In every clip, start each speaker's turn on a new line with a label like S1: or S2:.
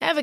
S1: Ever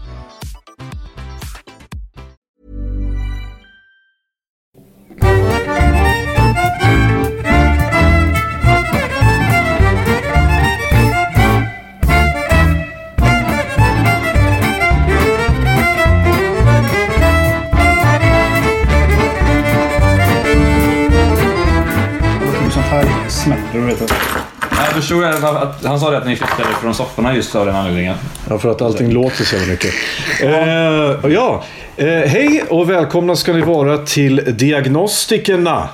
S2: låter ju som färgsmärtor vet du.
S3: Jag förstod att han, att han sa det att ni flyttade från sofforna just av den anledningen.
S4: Ja, för att allting låter så mycket. Eh, ja. Eh, hej och välkomna ska ni vara till Diagnostikerna.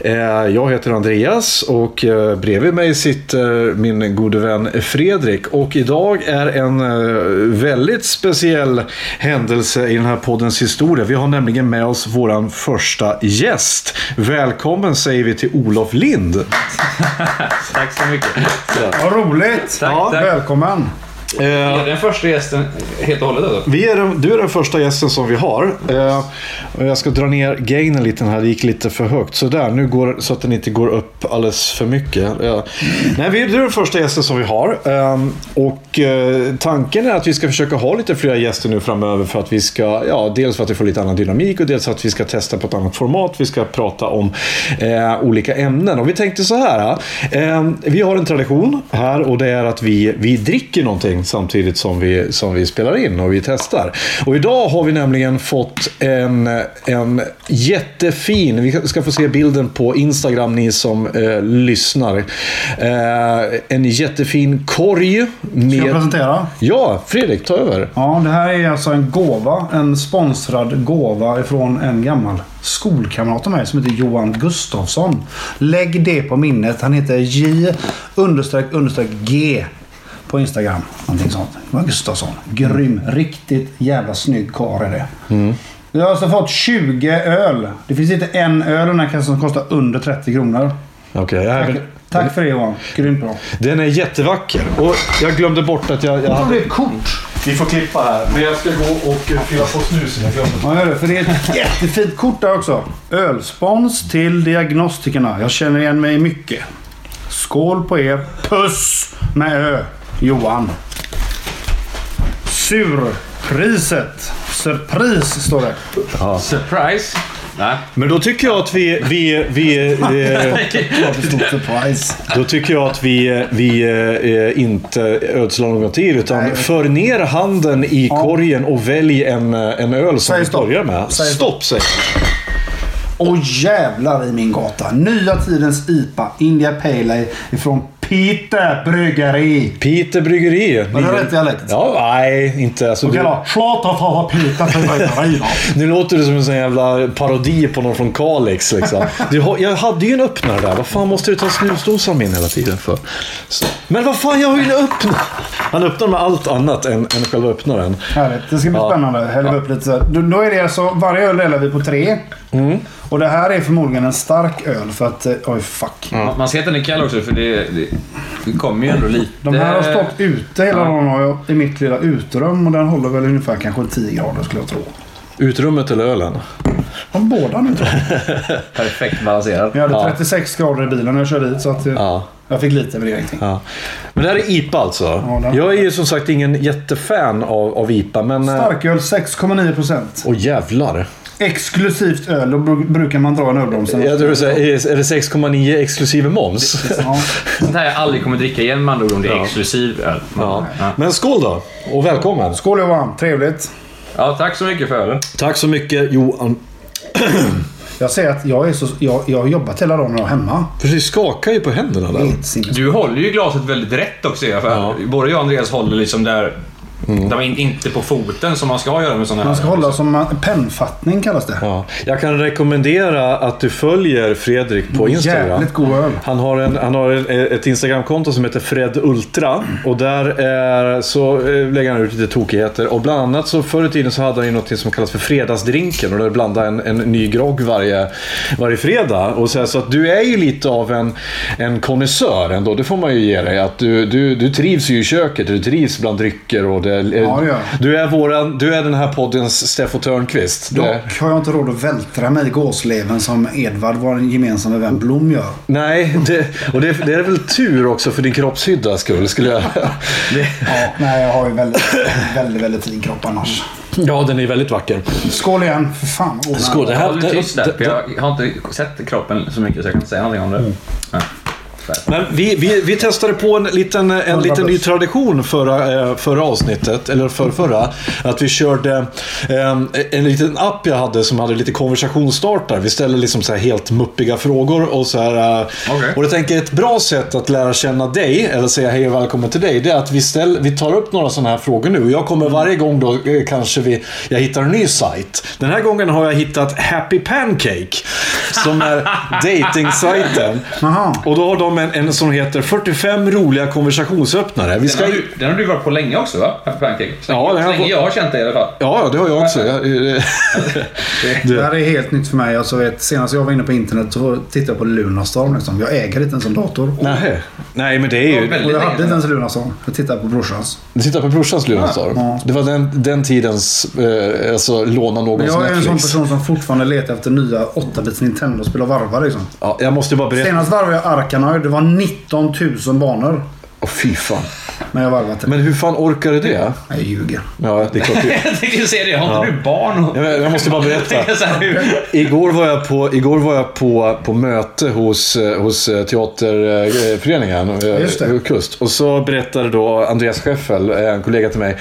S4: Eh, jag heter Andreas och eh, bredvid mig sitter eh, min gode vän Fredrik. Och idag är en eh, väldigt speciell händelse i den här poddens historia. Vi har nämligen med oss våran första gäst. Välkommen säger vi till Olof Lind.
S3: Tack så mycket.
S2: Vad roligt!
S3: Tack,
S2: ja,
S3: tack.
S2: Välkommen!
S4: Eh,
S3: Är det den första gästen helt och hållet alltså?
S4: Vi är den, du är den första gästen som vi har. Eh, och jag ska dra ner gainen lite här. Det gick lite för högt. Så där, nu går, så att den inte går upp alldeles för mycket. Eh, nej, vi, du är den första gästen som vi har. Eh, och eh, tanken är att vi ska försöka ha lite fler gäster nu framöver. För att vi ska, ja, dels för att vi får lite annan dynamik och dels för att vi ska testa på ett annat format. Vi ska prata om eh, olika ämnen. Och vi tänkte så här. Eh, vi har en tradition här och det är att vi, vi dricker någonting samtidigt som vi, som vi spelar in och vi testar. Och idag har vi nämligen fått en, en jättefin, vi ska få se bilden på Instagram ni som eh, lyssnar. Eh, en jättefin korg
S2: Ska jag
S4: med...
S2: presentera?
S4: Ja, Fredrik, ta över.
S2: Ja, det här är alltså en gåva. En sponsrad gåva ifrån en gammal skolkamrat till mig som heter Johan Gustafsson. Lägg det på minnet. Han heter J understreck understreck G på Instagram. Någonting sånt. Johan Gustafsson. Grym. Riktigt jävla snygg karl är det. Vi har alltså fått 20 öl. Det finns inte en öl i den här kassan som kostar under 30 kronor.
S4: Okej,
S2: Tack,
S4: även-
S2: tack för det Johan. Grymt bra.
S4: den är jättevacker. Och jag glömde bort att jag, jag
S2: Det
S4: hade...
S2: blir kort.
S4: Vi får klippa här. Men jag ska gå och fylla på snusen. Jag glömde.
S2: Ja, gör det. För det är ett jättefint kort där också. Ölspons till diagnostikerna. Jag känner igen mig i mycket. Skål på er. Puss med Ö. Johan. Surpriset. Surpris står det.
S3: Surprise? Nej.
S4: Men då tycker jag att vi... vi, vi eh,
S2: Klart det stod surprise.
S4: då tycker jag att vi, vi eh, inte ödslar någon tid. Utan
S2: Nej.
S4: för ner handen i korgen och välj en, eh, en öl som
S2: Säg
S4: vi
S2: stopp.
S4: börjar med.
S2: Säg
S4: stopp säger jag.
S2: Och jävlar i min gata. Nya tidens IPA. India Pale Ale ifrån Peter Bryggeri.
S4: Peter Bryggeri.
S2: Var det
S4: Ligger-
S2: rätt dialekt?
S4: Ja, nej, inte. Alltså,
S2: Okej
S4: du,
S2: då. Tjata för Peter Bryggeri då.
S4: nu låter du som en sån jävla parodi på någon från Kalix. Liksom. Du, har- jag hade ju en öppnare där. Vad fan måste du ta snusdosan min hela tiden för? Så. Men vad fan, jag har ju en öppnare! Han öppnar med allt annat än, än själva öppnaren.
S2: Härligt. Det ska bli spännande. Häller vi upp lite så här. Då, då är det alltså, varje öl delar vi på tre.
S4: Mm.
S2: Och det här är förmodligen en stark öl för att... eh, Oj, fuck.
S4: Mm.
S3: Man- Man ser att den är kall också för det, det, det kommer ju ändå lite...
S2: De här har stått ute hela
S3: Ja.
S2: dagen har jag- i mitt lilla utrum och den håller väl ungefär kanske 10 grader skulle jag tro.
S4: Utrummet eller ölen?
S2: De båda nu tror jag.
S3: Perfekt balanserad.
S2: Jag hade 36 grader i bilen när jag körde hit så att eh,
S4: Ja.
S2: jag fick lite värdering.
S4: Ja. Men det här är IPA alltså.
S2: det-
S4: jag är ju som sagt ingen jättefan av, av IPA, men... eh,
S2: Starköl 6,9%.
S4: Åh jävlar.
S2: Exklusivt öl, då br- brukar man dra en ölbroms.
S4: Jag tror du säger, är det 6,9 exklusive moms?
S2: Ja.
S3: Sånt här jag aldrig kommer dricka igen med andra ord om det är exklusiv öl.
S4: Ja.
S3: Ja.
S4: Men skål då! Och välkommen!
S2: Skål Johan, trevligt.
S3: ja, tack så mycket för ölen.
S4: Tack så mycket Johan.
S2: Jag säger att jag, är så, jag, jag har jobbat hela dagen när jag var hemma.
S4: För du skakar ju på händerna
S2: Det är
S4: där.
S2: helt sinnes-
S3: Du håller ju glaset väldigt rätt också. Eva, För
S4: Ja.
S3: Både jag och Andreas håller liksom där De är in- inte på foten som man ska göra med sådana här.
S2: Mm. Man ska hålla som man- pennfattning kallas det.
S4: Ja. Jag kan rekommendera att du följer Fredrik på Instagram.
S2: Jävligt god öl.
S4: Han har, en, han har en, ett Instagramkonto som heter Fred Ultra och där är, så eh, lägger han ut lite tokigheter. Och bland annat så förr i tiden så hade han ju något som kallas för Fredagsdrinken och där blandade en, en ny grogg varje, varje fredag. Och så, här, så att du är ju lite av en, en konnässör ändå, det får man ju ge dig. Att du, du, du trivs ju i köket, du trivs bland drycker och det, eh,
S2: Ja, det gör jag.
S4: du, är våran, du är den här poddens Steffo Törnqvist. Det-
S2: Dock har jag inte råd att vältra mig i gåsleven som Edvard, vår gemensamma vän Blom, gör.
S4: Nej, det, och det, det är väl tur också för din kroppshydda skull. Skulle jag. Det,
S2: Ja, nej, jag har ju väldigt, väldigt, väldigt fin kropp annars.
S4: ja, den är väldigt vacker.
S2: Skål igen. För fan vad god den är.
S4: Skål, det här,
S3: Håll tyst där, för jag har inte sett kroppen så mycket så jag kan inte säga någonting om det.
S4: Mm.
S3: Ja.
S4: men vi, vi, vi testade på en liten, en liten ny tradition förra, eh, förra avsnittet, eller för förra. Att vi körde eh, en liten app jag hade som hade lite konversationsstartar. Vi ställde liksom så här helt muppiga frågor och så här. eh,
S3: Okej.
S4: Och jag tänker ett bra sätt att lära känna dig, eller säga hej och välkommen till dig, det är att vi, ställ, vi tar upp några sådana här frågor nu. Och Jag kommer varje gång då eh, kanske vi, jag hittar en ny sajt. Den här gången har jag hittat Happy Pancake, som är dating-sajten.
S2: Jaha.
S4: Och då har de en, en som heter 45 roliga konversationsöppnare. Vi
S3: Den,
S4: ska...
S3: har du, den har du varit på länge också va? Happy Pancake. Så
S4: Ja, den har jag
S3: länge
S4: fått-
S3: jag har känt dig i alla fall.
S4: Ja, det har jag också. Jag, eh,
S2: Det här är helt nytt för mig. Alltså, vet, senast jag var inne på internet så tittade jag på Lunarstorm. Liksom. Jag äger inte ens en dator.
S4: nej. nej, men det är
S3: Det var
S4: ju...
S2: Och
S3: väldigt
S2: jag hade
S3: länge
S2: inte
S3: sedan.
S2: ens Lunarstorm. Jag tittade på brorsans.
S4: Titta på brorsans Lunarstorm.
S2: Ja.
S4: Det var den, den tidens, eh, alltså låna någons
S2: Men jag är en sån
S4: Netflix.
S2: person som fortfarande letar efter nya 8-bits Nintendo-spel och varvar. Liksom.
S4: Ja, jag måste bara berätta.
S2: Senast varvade jag Arkanoid. Det var 19 000 banor.
S4: Åh, fy fan.
S2: Men jag varvade inte.
S4: Men hur fan orkar du det?
S2: Jag ljuger.
S4: Ja, det är klart. du-
S3: Jag tänkte se det. Har inte du barn? Och...
S4: Jag, jag måste bara berätta.
S3: Så här, hur-
S4: Igår var jag på, igår var jag på, på möte hos, eh, hos eh, teaterföreningen, eh,
S2: Just det.
S4: Kust. Och så berättade då Andreas Scheffel, eh, en kollega till mig,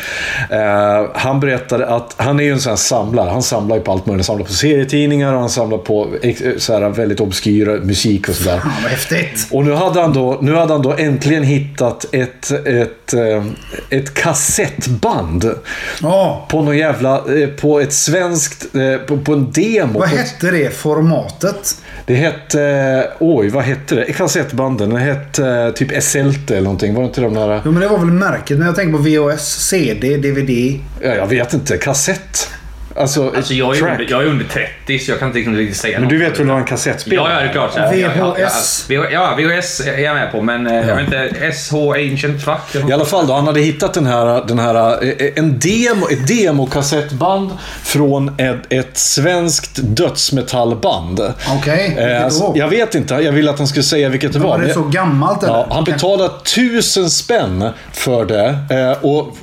S4: eh, han berättade att han är ju en sån här samlare. Han samlar ju på allt möjligt. Han samlar på serietidningar och han samlar på ex- eh, så här, väldigt obskyra musik och sådär.
S2: Fan vad häftigt.
S4: Och nu hade han då, nu hade han då äntligen hittat ett, ett, eh, ett kassettband
S2: Ja.
S4: på någon jävla, eh, på ett svenskt, eh, på, på en demo.
S2: Vad
S4: På-
S2: hette det formatet?
S4: Det hette, eh, oj vad hette det? Kassettbanden. Det hette eh, typ Esselte eller någonting. Var det inte de där? eh?
S2: Jo men det var väl märket. Men jag tänker på VHS, CD, DVD.
S4: Ja, jag vet inte. Kassett. Alltså,
S3: Alltså jag är,
S4: track.
S3: under, jag är under 30 så jag kan inte liksom riktigt säga
S4: Men
S3: något.
S4: du vet väl vad en kassettspelare
S3: Ja, ja, det är klart. Så här, ja, ja,
S2: VHS.
S3: Ja, ja, VHS är jag med på, men eh, jag vet inte. SH Ancient Fuck. eller något.
S4: I alla fall då, han hade hittat den här, den här eh, en demo, ett demokassettband från ett, ett svenskt dödsmetallband.
S2: Okej, vilket
S4: Eh,
S2: då?
S4: jag vet inte, jag ville att han skulle säga vilket det var.
S2: Var det
S4: men-
S2: så gammalt eller?
S4: Ja, han betalade tusen spänn för det eh, och,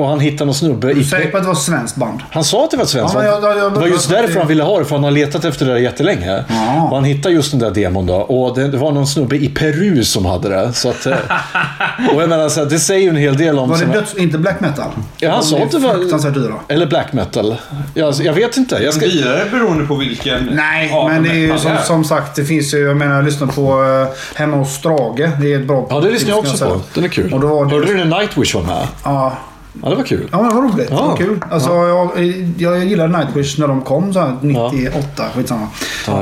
S4: och han hittade någon snubbe i...
S2: Du är säker på att det var ett svenskt band?
S4: Han sa att det var ett svenskt.
S2: Ja, men jag- jag- jag-
S4: det var just
S2: jag- jag-
S4: därför han ville ha det, för han har letat efter det där jättelänge.
S2: Ja.
S4: Och han hittade just den där demon då. Och det, det var någon snubbe i Peru som hade det. Så att, eh, och jag menar, så här, det säger ju en hel del om...
S2: Var det
S4: såna-
S2: döds... Inte black metal?
S4: Ja, han
S2: De
S4: sa
S2: är
S4: att det var-
S2: Fruktansvärt dyra.
S4: Eller black metal. Jag, jag vet inte. Jag ska...
S3: Dyrare beroende på vilken
S2: Nej,
S3: art
S2: men det är ju
S3: metal
S2: som,
S3: är.
S2: som sagt, det finns ju, jag menar, jag lyssnar på eh, Hemma hos Strage. Det är ett bra
S4: Ja, det lyssnar jag
S2: tips,
S4: också
S2: kan
S4: på.
S2: säga.
S4: Den är kul.
S2: Och då var det-
S4: Hörde du när Nightwish var med?
S2: Ja.
S4: Ja, det var kul.
S2: Ja men vad roligt.
S4: Ja.
S2: Vad kul. Alltså, jag, jag gillade Nightwish när de kom så här 98. Skitsamma.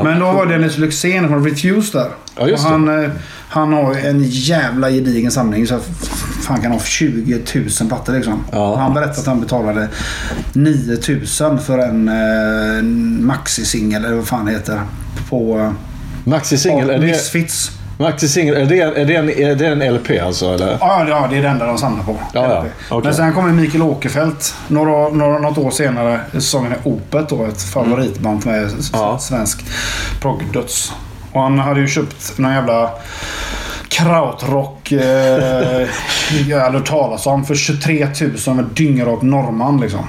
S2: Men då var det Dennis Lyxzén från Refuse där.
S4: Ja, just
S2: Och
S4: det.
S2: han, eh, han har ju en jävla gedigen samling. Så här, f- fan kan han ha 20 000 plattor liksom.
S4: Ja.
S2: Och Han berättade att han betalade 9 000 för en eh, maxisingel eller vad fan det heter. På eh,
S4: Maxi-singel, är det,
S2: Misfits.
S4: maxi är, det, är, det en, är det en LP alltså? Eller?
S2: Ja, det- ja, det är det enda de samlar på.
S4: Ja, ja. Okej.
S2: Men sen kommer Mikael Åkerfeldt några, några, något år senare. Sången är Opet då, ett favoritband med s-
S4: Ja.
S2: svensk progdöds. Och han hade ju köpt någon jävla krautrock eh, jag hade hört talas om för 23 000 med dyngrak norrman liksom.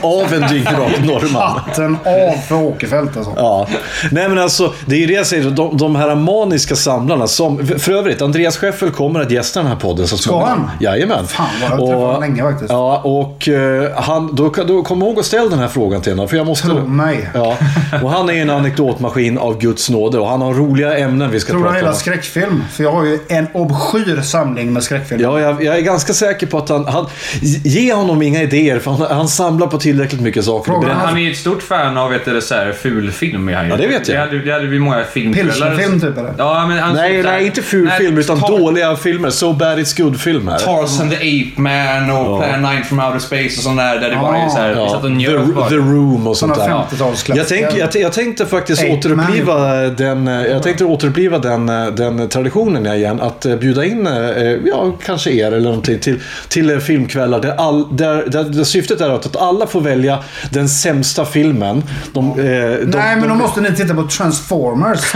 S4: Av en dyngrak norrman.
S2: Hatten av för Åkerfeldt alltså.
S4: Ja. Nej men alltså, det är ju det jag säger. De, de här maniska samlarna som... För övrigt, Andreas Scheffel kommer att gästa den här podden så småningom.
S2: han?
S4: Jajamän.
S2: Fan, vad jag har träffat honom länge faktiskt.
S4: Ja, och eh, han, då, då kom ihåg att ställa den här frågan till honom. För jag måste...
S2: Tro mig.
S4: Ja. Och han är en anekdotmaskin av Guds nåde och han har roliga ämnen vi ska
S2: Tror du
S4: prata
S2: hela
S4: om.
S2: skräckfilm? För jag har ju en obskyr dyr samling med skräckfilmer.
S4: Ja, jag, jag är ganska säker på att han, han... Ge honom inga idéer, för han, han samlar på tillräckligt mycket saker.
S2: Fråga.
S4: Berätta-
S5: Men han är ju ett stort fan av vet du, det, så här, fulfilm. Är han ju.
S4: Ja, det vet jag.
S5: Det hade, det hade vi många filmkvällar.
S2: Pilsnerfilm typ eller?
S5: Ja, men han
S4: Nej,
S5: så här-
S4: nej, inte ful
S5: Nej,
S4: film, utan
S5: Tar-
S4: dåliga filmer. So bad it's good-filmer.
S5: Tarzan and the Ape Man och Plan 9 from Outer Space och sånt där. Där det bara
S2: Ah.
S5: är så här, vi satt och njöt
S4: The,
S5: bara.
S4: the Room och sånt
S2: Sådana
S4: där.
S2: 50-talsklassiker.
S4: Jag, tänk, jag, t- jag tänkte faktiskt
S2: Ape Man.
S4: återuppliva, den, eh, jag tänkte återuppliva den, eh, den traditionen igen. Att eh, bjuda in, eh, ja, kanske er eller någonting, till, till eh, filmkvällar där, all, där, där, där syftet är att, att alla får välja den sämsta filmen. De, eh, de,
S2: Nej, men då
S4: de-
S2: måste ni titta på Transformers.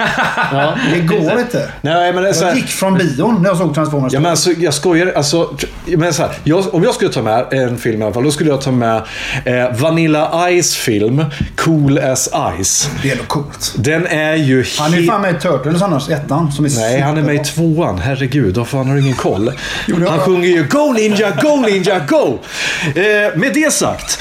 S2: Det går inte.
S4: Nej, men det är så
S2: Jag
S4: här,
S2: gick från bion när jag såg Transformers.
S4: Ja, men alltså, jag skojar. Alltså, jag menar så här, jag, om jag skulle ta med en film i alla fall, då skulle jag ta med eh, Vanilla Ice film, Cool as Ice.
S2: Det är nog coolt.
S4: Den är ju helt...
S2: Han är ju fan med i Turtles annars, ettan. Som är
S4: Nej, han är med i
S2: superbra.
S4: tvåan. Herregud, vad fan har du ingen koll?
S2: det har
S4: Han
S2: jag.
S4: sjunger ju Go Ninja, Go Ninja, Go! Eh, med det sagt,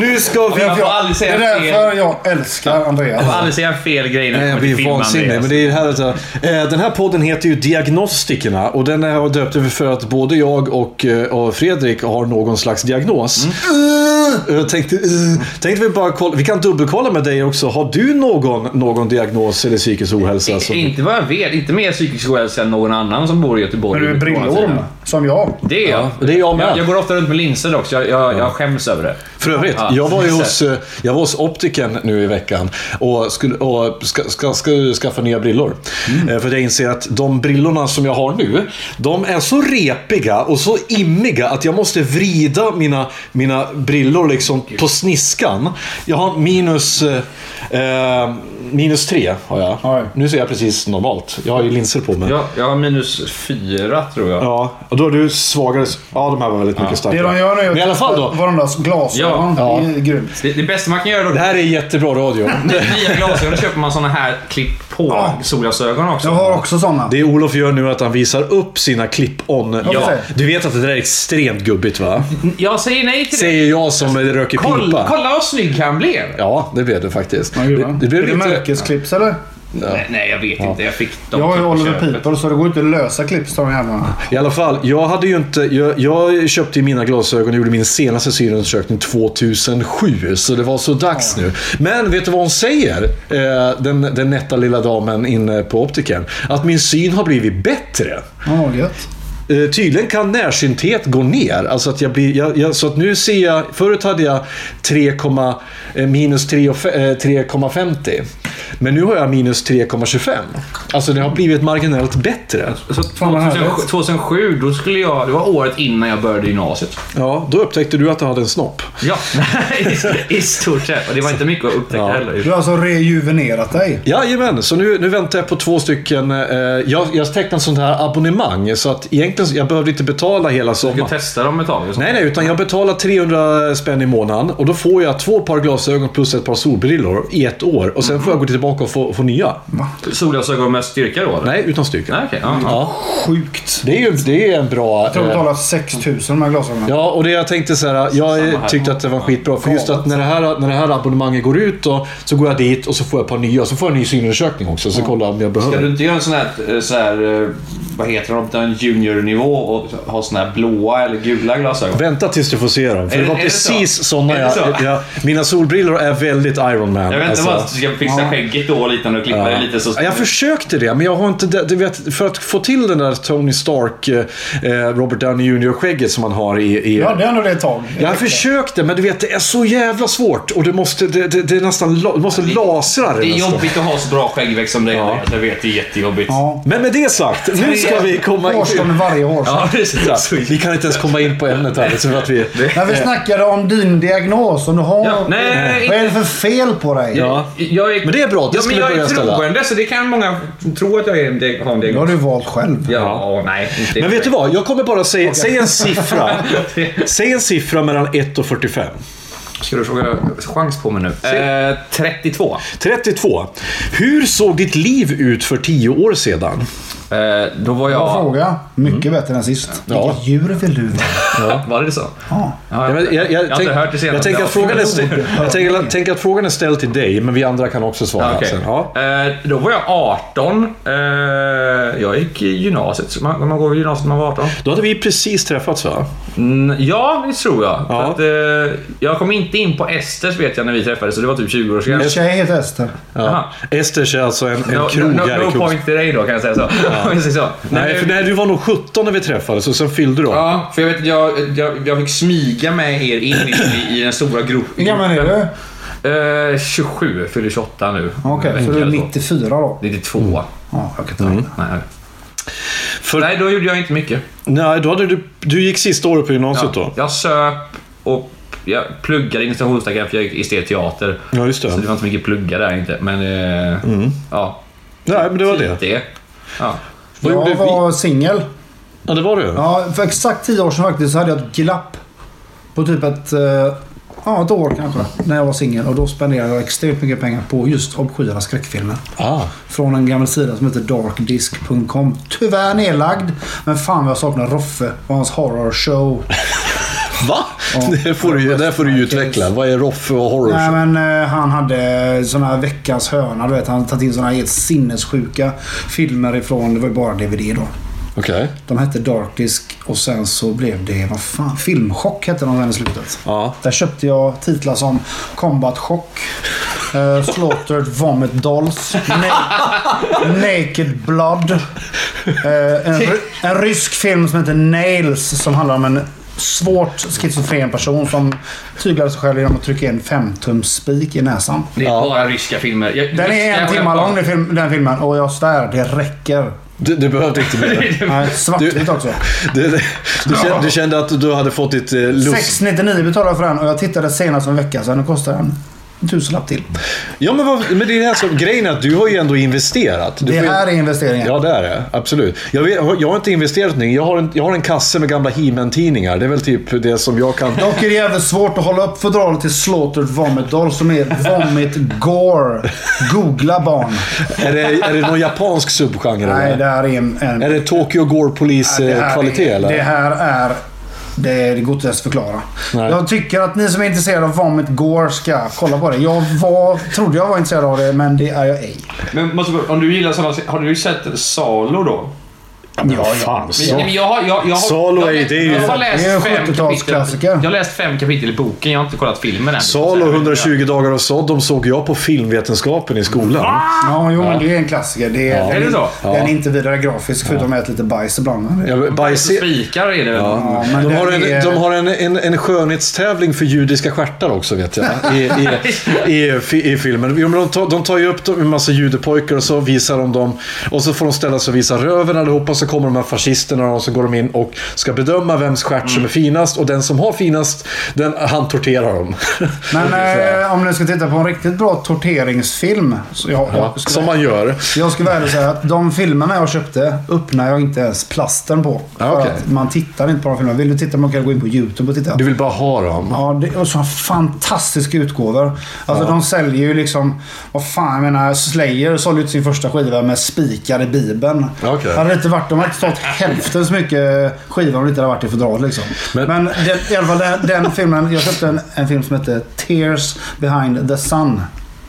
S4: nu ska vi...
S5: Jag får aldrig
S2: Det
S5: säga
S2: är
S5: fel.
S2: därför jag älskar Andreas.
S5: Jag får aldrig säga fel grejer när
S4: Nej,
S5: det
S4: jag
S5: kommer till
S4: blir
S5: filmen.
S4: vansinnig. Men det är ju här att, eh, den här podden heter ju Diagnostikerna och den har jag döpt över för att både jag och, eh, och Fredrik har någon slags diagnos.
S5: Mm.
S4: Eh, Jag tänkte, eh, tänkte vi bara kolla, vi kan dubbelkolla med dig också. Har du någon, någon diagnos eller psykisk ohälsa?
S5: I-
S4: Som...
S5: Inte vad jag vet. Inte mer psykisk ohälsa än någon annan som bor i Göteborg.
S2: Men du är brillorm, som jag.
S5: Det är jag.
S4: Ja, det är jag med.
S5: Jag, går ofta runt med linser också. Jag, jag, jag skäms över det.
S4: För övrigt,
S5: Ja,
S4: jag, var ju
S5: precis.
S4: hos, eh, jag var hos optiken nu i veckan och, skulle, och ska, ska, ska ju skaffa nya brillor.
S2: Mm.
S4: Eh, För att jag inser att de brillorna som jag har nu, de är så repiga och så immiga att jag måste vrida mina, mina brillor liksom på sniskan. Jag har minus, eh, eh, minus tre. Har jag.
S2: Oj.
S4: Nu ser jag precis normalt. Jag har ju linser på mig. Ja.
S5: Jag, jag har minus fyra tror jag.
S4: och då är du svagare. Ja, de här var väldigt mycket
S2: Det
S4: starkare.
S2: de gör nu är
S4: Men i alla fall då.
S2: varandras glasögon.
S4: Ja.
S2: Det är grymt.
S5: Det, det bästa man kan göra då
S4: Det här är jättebra radio.
S5: Nya glasögon, då köper man såna här klipp på solglasögon också.
S2: Jag har också sådana.
S4: Det Olof gör nu är att han visar upp sina clip-on.
S2: Ja. Mm.
S4: Du vet att det där är extremt gubbigt va?
S5: Jag säger nej till det.
S4: Säger jag som röker
S5: Kolla,
S4: pipa.
S5: kolla vad snygg han blev!
S4: Ja, det blev det faktiskt.
S2: Ja, gud, va?
S4: Det, det blev
S2: är det
S4: lite...
S2: märkesklips eller?
S5: Nej, nej, jag vet inte. Jag fick dem
S2: Jag har ju
S5: typ på
S2: Oliver
S5: köpet.
S2: People så det går inte att lösa clips de jävlarna.
S4: I alla fall, jag hade ju inte... Jag, jag köpte ju mina glasögon och gjorde min senaste synundersökning 2007. Så det var så dags nu. Men vet du vad hon säger? Eh, den, den nätta lilla damen inne på optiken. Att min syn har blivit bättre.
S2: Ja, gött.
S4: Eh, Tydligen kan närsynthet gå ner. Alltså att jag blir, jag, jag, så att nu ser jag... Förut hade jag 3, komma- eh, minus 3 och fe- eh, 3,50. Men nu har jag minus 3,25. Alltså det har blivit marginellt bättre.
S5: Så
S2: Fan, vad härligt.
S5: 2007, 2007, då skulle jag... Det var året innan jag började gymnasiet.
S4: Ja, då upptäckte du att du hade en snopp.
S5: Ja, i, i stort sett. Och det var inte mycket att upptäcka
S4: Ja.
S2: Du
S5: heller.
S2: har alltså rejuvenerat dig.
S4: Jajamän, så nu, nu väntar jag på två stycken. Eh, jag, jag tecknade sånt här abonnemang. Så att egentligen, jag behövde inte betala hela
S5: Jag ska
S4: sommaren.
S5: testa dem ett tag. och så.
S4: Nej, nej, utan jag betalar 300 spänn i månaden och då får jag två par glasögon plus ett par solbrillor i ett år. Och sen får
S5: Mm.
S4: jag gå tillbaka och få, få nya.
S5: Solglasögon med styrka då? eller?
S4: Nej, utan styrka.
S5: Nej, okej. ja, ja.
S4: Ja,
S2: Sjukt.
S4: det är ju det är en bra...
S2: Jag
S4: eh,
S2: betalar 6000 de här glasögonen.
S4: Ja, och det jag tänkte så här, jag eh, tyckte att det var skitbra. För just att när det här, när det här abonnemanget går ut då, så går jag dit och så får jag ett par nya. Så får jag en ny synundersökning också, så kollar jag om jag
S5: Ska
S4: behöver.
S5: du inte göra en sån här, eh, så här eh, vad heter de, på en juniornivå och ha såna här blåa eller gula glasögon?
S4: Vänta tills du får se dem. För
S5: Är
S4: det
S5: det-
S4: var
S5: är det så?
S4: precis såna
S5: Är det
S4: jag,
S5: så?
S4: jag... Mina solbrillor är väldigt Iron Man.
S5: Jag vet
S4: alltså.
S5: inte vad du ska fixa skägget då och liknande och klippa det lite så...
S4: Ja, Jag försökte det, men jag har inte... det- Du vet, för att få till den där Tony Stark, eh, eh, Robert Downey Jr-skägget som han har i... i
S2: Jag hade ändå det ett tag.
S4: jag försökte, men du vet, det är så jävla svårt. Och det måste, det, det, det är nästan, la- du måste lasra det.
S5: Det är
S4: nästan.
S5: jobbigt att ha så bra skäggväxt som dig. Jag vet, det är jättejobbigt.
S2: Ja.
S4: Men med det sagt, nu ska vi komma in...
S2: Årstånd varje år.
S5: Ja, precis.
S4: Vi kan inte ens komma in på ämnet här. Så att vi...
S2: När vi snackade om din diagnos, om du har...
S5: Ja, nej,
S2: Vad är det för fel på dig?
S4: Ja.
S5: Jag är,
S4: Men det är bra, det
S5: ja,
S4: ska
S5: men
S4: vi
S5: jag
S4: börja
S5: är
S4: ställa.
S5: troende, så det kan många tro att jag är en diag- har en
S2: Det har
S5: diagnos.
S2: du valt själv.
S5: Ja, nej. Inte
S4: Men vet du vad? Jag kommer bara säga... Säg en siffra. Säg en siffra mellan 1 och 45.
S5: Ska du fråga chans på mig nu? Eh, 32.
S4: 32. Hur såg ditt liv ut för 10 år sedan?
S5: Eh, då var
S2: Bra
S5: jag...
S2: fråga. Mycket bättre än sist.
S5: Mm. Ja.
S2: Vilket djur vill du vara?
S5: Var det så?
S2: Ja.
S5: Ja,
S4: Ja, men
S5: jag,
S4: jag,
S5: har
S4: jag,
S5: inte
S4: tänk,
S5: hört det senare.
S4: jag tänker att frågan är, st- jag tänker, jag tänker att frågan är ställd till dig, men vi andra kan också svara.
S5: Ja, okej.
S4: sen. Ja.
S5: Eh, då var jag 18. Eh, jag gick i gymnasiet. Så Man, man går i gymnasiet när man var 18.
S4: Då hade vi precis träffats va?
S5: Mm, ja, det tror jag. För
S4: Ja.
S5: Att, eh, jag kom inte in på Esters vet jag när vi träffades, så det var typ 20 år sedan.
S2: En tjej heter Ester.
S5: Jaha.
S4: Ja. Esters är alltså en, en
S5: No,
S4: krog
S5: no,
S4: här
S5: no,
S4: i
S5: no
S4: Kungsbacka.
S5: point till dig då kan jag säga så. Om vi säger så.
S4: Nej,
S5: Men,
S4: för
S5: eh,
S4: nej, du var nog 17 när vi träffades och sen fyllde du ja.
S5: Ja, för jag vet att jag, jag, jag fick smyga med er in i, i den stora grupp-
S2: Hur gammal är
S5: gruppen.
S2: du?
S5: Eh, 27, jag fyller 28 nu.
S2: Okej,
S5: En vecka
S2: så du är
S5: eller så.
S2: 94 då?
S5: 92.
S2: Ja, jag kan ta mm.
S5: Nej.
S4: För-
S5: Nej, då gjorde jag inte mycket.
S4: Nej, då hade du, du gick sista året på gymnasiet
S5: Ja,
S4: då.
S5: jag söp och jag pluggade inom citationstecken för jag gick estetteater.
S4: Ja, just
S5: Så det
S4: det.
S5: var inte så mycket plugga där inte. Men eh, ja,
S4: Nej, men det var det.
S5: det. Ja.
S4: Vad gjorde
S2: Jag
S4: vi?
S2: var singel.
S4: Ja, det var det.
S2: Ja, för exakt 10 år sedan faktiskt så hade jag ett glapp. På typ ett, eh, ja, ett år kanske. När jag var singel. Och då spenderade jag extremt mycket pengar på just obskyra skräckfilmer.
S4: Ah.
S2: Från en gammal sida som heter darkdisk.com. Tyvärr nedlagd. Men fan vad jag saknar Roffe och hans horror show.
S4: Va? Det, får du, ju- det får du ju utveckla. Vad är Roffe och horror?
S2: Nej men eh, han hade sån här veckans hörna. Du vet, han hade tagit in såna här helt sinnessjuka filmer ifrån, det var ju bara DVD då.
S4: Okej.
S2: De hette Darkdisk och sen så blev det, vad fan, Filmchock hette de sen i slutet.
S4: Ja.
S2: Där köpte jag titlar som Combat Chock, eh, Slaughtered Vomit Dolls, Na- Naked Blood, eh, en, ry- en rysk film som heter Nails som handlar om en svårt schizofren person som tyglar sig själv genom att trycka in femtumsspik i näsan.
S5: Det är bara ryska filmer. Jag,
S2: Den är en
S5: ryska-
S2: timme lång den, film, den filmen och jag svär, det räcker.
S4: Du, du behövde inte mer.
S2: Nej, Svartvitt
S4: Du-
S2: också.
S4: Du, du, du, kände, du kände att du hade fått ditt eh, lust.
S2: 699 betalade jag för den och jag tittade senast en vecka sedan. Den kostar en tusenlapp till.
S4: Ja, men, vad, men det är det här som, grejen är att du har ju ändå investerat. Du
S2: Det
S4: får ju-
S2: här är investeringen.
S4: Ja, det är det. Absolut. Jag, vet, jag har inte investerat någonting. Jag har en, jag har en kasse med gamla He-Man-tidningar. Det är väl typ det som jag kan...
S2: Dock är det jävligt svårt att hålla upp fodralet till Slaughtered Vomit Doll som är Vomit Gore. Googla barn.
S4: är, det, är det någon japansk subgenre?
S2: Nej,
S4: eller?
S2: det här är en... en
S4: Är det Tokyo Gore
S2: det här är-
S4: Police-kvalitet, eller?
S2: Det här är... Det, det går inte ens att förklara.
S4: Nej.
S2: Jag tycker att ni som är intresserade av Vomit Gore ska kolla på det. Jag var, trodde jag var intresserad av det, men det är jag ej.
S3: Men måste, bara- om du gillar sådana... Har du sett Salo då?
S4: ja, fan.
S3: Men, nej, men jag har, jag, jag har,
S4: Salo
S3: jag,
S4: är-
S3: lä-
S4: det är ju-
S3: jag har läst
S2: det är en
S3: fem
S2: 70-talsklassiker.
S3: kapitel. Jag har läst fem kapitel i boken. Jag har inte kollat filmen än.
S4: Salo 120 dagar av Sodom såg jag på filmvetenskapen i skolan.
S2: Ja, jo, men det är en klassiker. Det är, den,
S5: Är det så?
S2: Den är inte vidare grafisk, förutom att äta lite bajs ibland. Men det-
S4: Jag,
S5: Bajs och
S4: bajse,
S5: spikar är det väl?
S4: Ja,
S2: men
S4: de
S2: den
S4: har, en,
S2: är-
S4: de har en, en, en skönhetstävling för judiska stjärtar också vet jag. I, i, i, fi- i filmen. Jo, men de, tar, de tar ju upp dem, en massa judepojkar och så visar de dem. Och så får de ställa sig och visa röven allihopa. Så kommer de här fascisterna och så går de in och ska bedöma vems stjärt som är finast. Och den som har finast, den, han torterar dem.
S2: Men eh, om ni ska titta på en riktigt bra torteringsfilm. Så jag, jag, skulle,
S4: Som man gör.
S2: jag skulle vara ärlig och säga att de filmerna jag köpte öppnar jag inte ens plasten på.
S4: Ja,
S2: För
S4: okej.
S2: att man tittar inte på de filmerna. Vill du titta man kan gå in på YouTube och titta.
S4: Du vill bara ha dem.
S2: Ja, det är sådana fantastiska utgåvor. Alltså de säljer ju liksom... Vad fan, jag menar Slayer sålde ut sin första skiva med spikar i Bibeln.
S4: Okej.
S2: Hade det inte varit, de hade inte stått hälften så mycket skivor om det inte hade varit i fodral liksom. Men,
S4: Men-
S2: den, i alla fall den, den filmen, jag köpte en, en film som heter Tears behind the sun.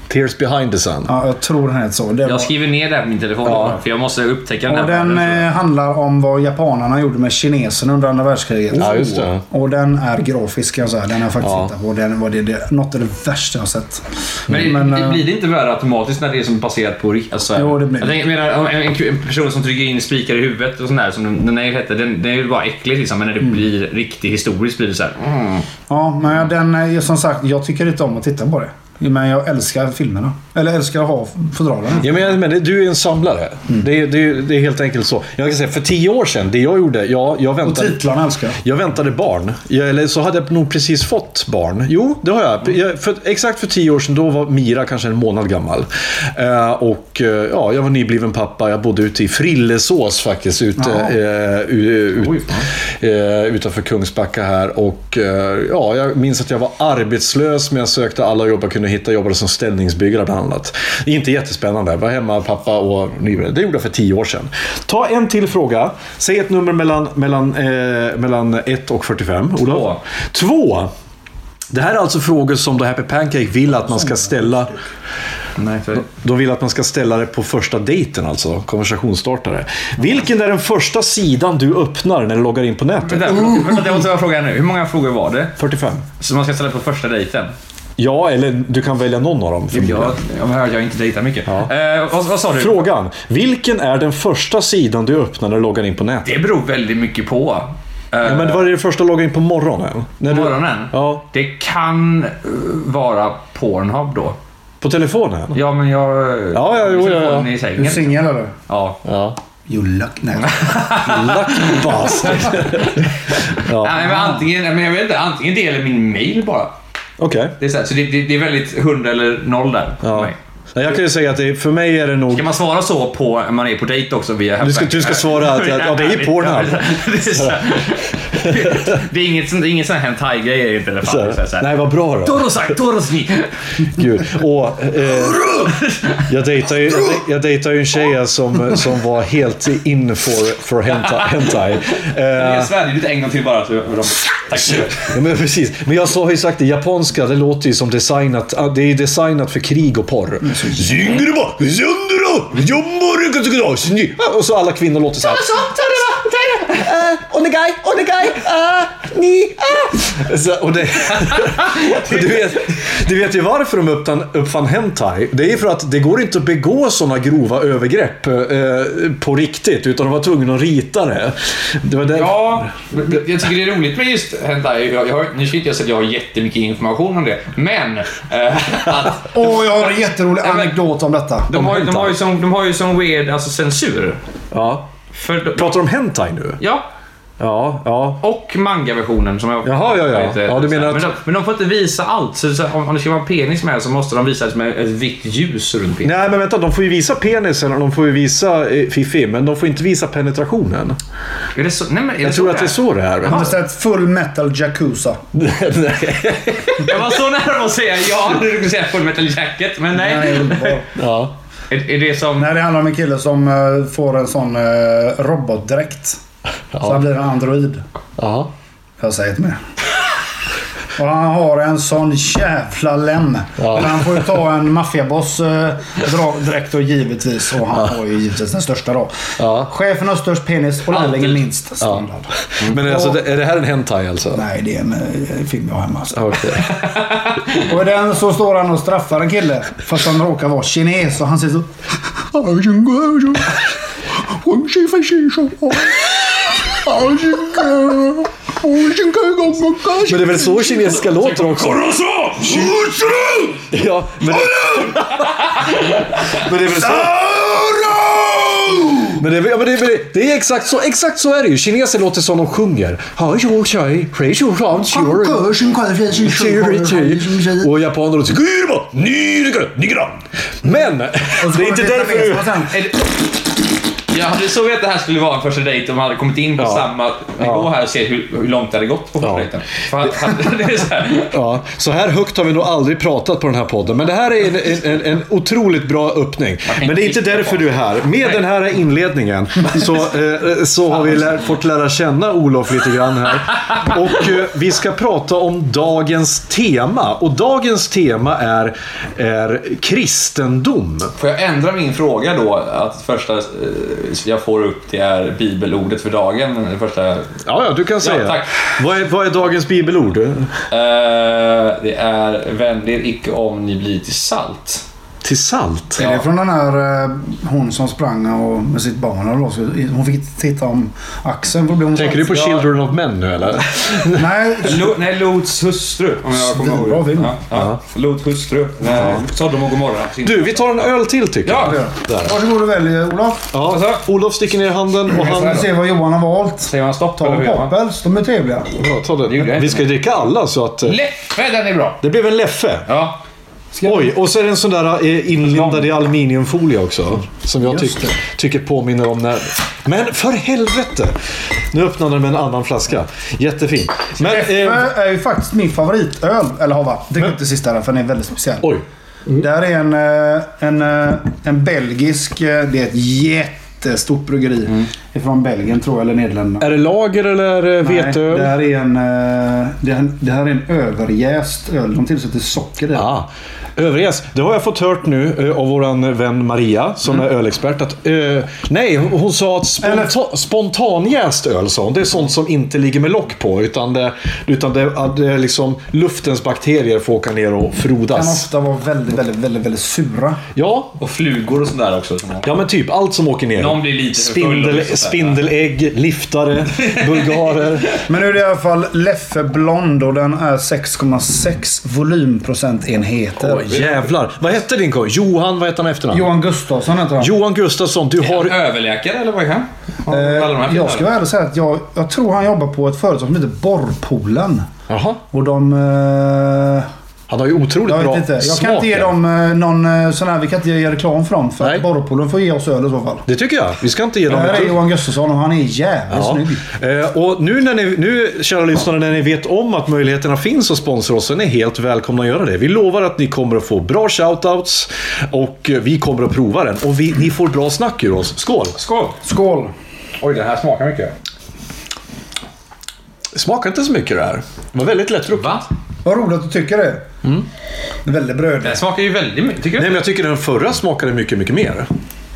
S4: Tears behind the sun.
S2: Ja, jag tror den heter så. Det var-
S5: Jag skriver ner det här på min telefon. För jag måste upptäcka den
S2: och
S5: här.
S2: den
S5: världen.
S2: eh, handlar om vad japanerna gjorde med kineserna under andra världskriget.
S4: Ja, just det.
S2: Och den är grafisk kan jag säga. Den har jag faktiskt
S4: Ja.
S2: tittat på. Den var det, det, något av det värsta jag har sett.
S5: Men,
S2: eh,
S5: blir det inte värre automatiskt när det är som baserat på rikt- alltså,
S2: Jo, det blir
S5: jag
S2: det.
S5: tänker- menar, om en, en, en person som trycker in spikar i huvudet och sånt där, som den- den här hette, den, den är ju bara äcklig liksom, men när det
S4: Mm.
S5: blir riktigt historiskt blir det så här. Mm.
S2: Ja, men den är som sagt, jag tycker inte om att titta på det. Men jag älskar filmerna. Eller älskar att ha fodralen.
S4: Ja, men, jag menar, du är en samlare.
S2: Mm.
S4: Det, är- det, är- det är helt enkelt så. Jag kan säga, för tio år sedan, det jag gjorde, jag, jag
S2: Och
S4: väntade...
S2: titlarna älskar jag.
S4: Jag väntade barn. Jag, eller så hade jag nog precis fått barn. Jo, det har jag. jag för, exakt för tio år sedan, då var Mira kanske en månad gammal. Eh, och eh, ja, jag var nybliven pappa. Jag bodde ute i Frillesås faktiskt. Ute,
S2: Jaha.
S4: eh, u- ut, eh, utanför Kungsbacka här. Och eh, ja, jag minns att jag var arbetslös, men jag sökte alla jobb jag kunde kunde hitta jobbade som ställningsbyggare bland annat. Det är inte jättespännande. Jag var hemma med pappa och nybredd. Det gjorde jag för tio år sedan. Ta en till fråga. Säg ett nummer mellan, mellan, eh, mellan 1 och 45. Olof. Två. Två. Det här är alltså frågor som The Happy Pancake vill att man ska ställa
S5: Nej, för...
S4: de vill att man ska ställa det på första dejten, alltså. Konversationsstartare. Vilken är den första sidan du öppnar när du loggar in på nätet?
S5: Vänta, förlåt, förlåt, jag måste bara fråga nu. Hur många frågor var det
S4: 45.
S5: som man ska ställa på första dejten?
S4: Ja, eller du kan välja någon av dem.
S5: Jag, jag har hört att jag inte dejtar mycket.
S4: Mm. Ja.
S5: Eh, vad, vad sa du?
S4: Frågan. Vilken är den första sidan du öppnar när du loggar in på nätet?
S5: Det beror väldigt mycket på. Eh,
S4: Ja, men var det det första du loggade in på morgonen? När du...
S5: Morgonen?
S4: Ja.
S5: Det kan eh, vara Pornhub då.
S4: På telefonen?
S5: Ja, men jag...
S4: Ja, ja, jo, ja, ja.
S5: telefonen är i
S2: Du är
S5: sängen.
S2: singel eller?
S5: Ja.
S4: Ja.
S2: You luck. Nej.
S4: Luck bastard. ja.
S5: Nej, men antingen, men jag vet inte, antingen det eller min mail bara.
S4: Okej.
S5: Det är så, här, så det, det, det är väldigt hundra eller noll där. för
S4: Ja.
S5: mig.
S4: Nej, Jag kan ju säga att det, för mig är det nog...
S5: Kan man svara så på när man är på dejt också via
S4: Du ska-
S5: hemsajten?
S4: du ska svara att- ja, det är ju Pornhub.
S5: Det är så här- Det är inget, sånt- det är ingen sån här hentai-grej är det inte i alla
S4: Så
S5: fall.
S4: här,
S5: Det är så här-
S4: Nej, vad bra då.
S5: Torosai, torosni.
S4: Gud. Och, eh, jag dejtade ju, jag dejtade ju en tjej som, som var helt in for, for hentai. hentai. Eh,
S5: Jag svär lite en gång till bara. Så de, tack så mycket.
S4: ja, men precis. Men jag sa- har ju sagt det, japanska det låter ju som designat, ah, det är designat för krig och porr. Zingreba, zundro, jombore, kutsukuro, sni. Och så alla kvinnor låter så här. Onegai, onegai, ni, Så, och det, du, vet, du vet ju varför de uppfann, uppfann hentai. Det är för att det går inte att begå sådana grova övergrepp eh, på riktigt, utan de var tvungna att rita det. det, var där,
S5: Ja, men jag tycker det är roligt med just hentai. Jag, jag, har- nu ska inte jag säga att jag har jättemycket information om det, men eh, att
S2: Åh, jag har en jätterolig
S5: men-
S2: anekdot om detta.
S5: de, har, ju- de,
S4: hentai.
S5: har ju som, de har ju som weird alltså, censur.
S4: ja.
S5: För de,
S4: Pratar du om hentai nu?
S5: ja,
S4: Ja, ja.
S5: och manga-versionen som jag...
S4: Jaha, ja, ja.
S5: jag vet inte.
S4: Ja, du menar att-
S5: men, de, men de får inte visa allt. Så, det är så här, om, om det ska vara en penis med så måste de visa det som ett ett vitt ljus runt penisen.
S4: Nej, men vänta. De får ju visa penisen och de får ju visa eh, fiffi, men de får inte visa penetrationen.
S5: Är det så? Nej, men är det
S4: Jag
S5: så
S4: tror att det är så det är.
S2: Har ni sett Full Metal Jacuzza?
S4: Nej.
S5: Jag var så nära att säga ja när du skulle säga Full Metal Jacket, men nej.
S2: Den är underbar.
S4: ja.
S5: Är, är det som...
S2: Nej, det handlar om en kille som eh, får en sån eh, robotdräkt. Så han blir en android.
S4: ja.
S2: Jag säger inte mer. Och han har en sån jävla lem. Men han får ju ta en maffiaboss eh, dra- direkt då givetvis. Och han har ju givetvis den största då.
S4: Ja.
S2: Chefen har störst penis och lärlingen
S5: Alltid.
S2: minst standard.
S4: Men alltså, det- är det här en hentai alltså?
S2: Nej, det är en eh, film jag har hemma. alltså.
S4: Okej.
S2: Och i den så står han och straffar en kille. Fast han råkar vara kines och han säger så... "Ah, "Ah,
S4: Men det är väl så kinesiska låter också? Ja, men, men det är väl så? Men det, är väl- ja, men det, är väl- det är exakt så, exakt så är det ju. Kineser låter som de sjunger. Och japaner låter så Men! Det är inte därför...
S5: Är det... Jag hade såg att det här skulle vara en första dejt om man hade kommit in på
S4: Ja.
S5: samma nivå här och se hur, hur långt det hade gått på första
S4: Ja.
S5: dejten. För att, att, det är så här.
S4: Ja, så här högt har vi nog aldrig pratat på den här podden. Men det här är en, en, en, en otroligt bra öppning. Men det är inte därför du är här. Med den här inledningen så, eh, så har vi lär, fått lära känna Olof lite grann här. Och eh, vi ska prata om dagens tema. Och dagens tema är, är kristendom.
S5: Får jag ändra min fråga då? Att första eh, jag får upp det är bibelordet för dagen. Det första, eh,
S4: Ja, ja, du kan säga.
S5: tack.
S4: Vad, är, vad är dagens bibelord?
S5: det är vänd er icke om ni blir till salt.
S4: Till salt?
S2: Är det från den här eh, hon som sprang och, med sitt barn? Eller vad? Så Hon fick titta om axeln. för då blev hon
S4: Tänker du på Children of Men nu eller?
S2: Nej,
S5: Lo, nej, Lots hustru. Om jag kommer ihåg.
S2: Svinbra film.
S5: Ja, ja. Lots hustru. Ja. Sodom och Gomorra.
S4: Du, vi tar en öl till tycker jag.
S5: Ja.
S2: varsågod och välj eh, Olof.
S4: Ja, Olof sticker ner handen och
S2: Får vi
S4: han...
S2: se vad Johan har valt.
S5: Säger man stopp
S2: Ta
S5: eller
S2: en
S5: hur gör man?
S2: poppels, de är trevliga.
S4: Ja, ta den.
S5: gjorde jag
S4: Vi ska ju dricka alla så att... eh,
S5: Leffe, den är bra.
S4: Det blev en Leffe.
S5: Ja.
S2: Ska-
S4: Oj, och så är det en sån där eh, inlindad i aluminiumfolie också. Som jag
S2: Just
S4: tycker, tycker påminner om när... Men för helvete! Nu öppnade den med en annan flaska. Jättefin. Men, eh,
S2: Äh, är ju faktiskt min favoritöl. Eller har varit. Det är inte sista där för den är väldigt speciell.
S4: oj. Mm.
S2: Där är en, eh, en, eh, en belgisk... eh, Det är ett jättestort bryggeri.
S4: Mm.
S2: Ifrån Belgien tror jag, eller Nederländerna.
S6: Är det lager eller
S4: eh,
S6: är det
S2: Nej,
S6: veteöl?
S2: det här är en, eh, det här, det här är en överjäst öl. De tillsätter socker i. den.
S4: Ah, överjäst. Det har jag fått hört nu eh, av vår vän Maria, som
S2: Mm.
S4: är ölexpert. Att, eh, nej, hon sa att sponta, spontanjäst öl, sa hon. Det är sånt som inte ligger med lock på. Utan det, utan det, att det är liksom luftens bakterier får åka ner och
S2: Kan
S4: frodas.
S2: ofta vara väldigt, väldigt, väldigt, väldigt sura.
S4: Ja,
S5: Och flugor och sådär också. som har-
S4: Ja men typ, allt som åker ner.
S5: Någon blir lite för full och
S4: Spindel,
S5: sådär.
S4: Spindelägg, liftare, bulgarer.
S2: Men nu är det i alla fall Leffe Blond och den är 6,6 volymprocentenheter.
S4: Åh, jävlar. Vad hette din kung? Johan, vad hette han i efternamn?
S2: Johan Gustafsson heter han.
S4: Johan Gustafsson, du har...
S5: Överläkare eller vad är han?
S2: Eh,
S5: Alla de här
S2: jag ska vara ärlig och säga att jag, jag tror han jobbar på ett företag som heter Borrpoolen.
S4: Jaha.
S2: Och de... Eh,
S4: Han har ju otroligt
S2: jag
S4: bra
S2: vet inte. Jag
S4: smak.
S2: kan inte ge
S4: där.
S2: dem eh, någon eh, sån här... Vi kan inte ge reklam för dem. För
S4: Nej.
S2: att Borrpoolen får ge oss öl i så fall.
S4: Det tycker jag. Vi ska inte ge
S2: Det
S4: dem
S2: här är
S4: ett-
S2: Johan Gustafsson och han är jävligt
S4: Ja.
S2: snygg.
S4: Eh, och nu, när ni, nu, kära lyssnare, när ni vet om att möjligheterna finns att sponsra oss, så är ni helt välkomna att göra det. Vi lovar att ni kommer att få bra shoutouts och eh, vi kommer att prova den. Och vi, ni får bra snack ur oss. Skål!
S5: Skål!
S2: Skål!
S5: Oj, den här smakar mycket.
S4: Smakar inte så mycket det här. Det var väldigt lättdrucket.
S5: Va?
S2: Vad roligt att du tycker det.
S5: Mm.
S2: Det är väldigt brödigt.
S5: Den smakar ju väldigt mycket, tycker
S4: Nej,
S5: du?
S4: men jag tycker den förra smakade mycket, mycket mer.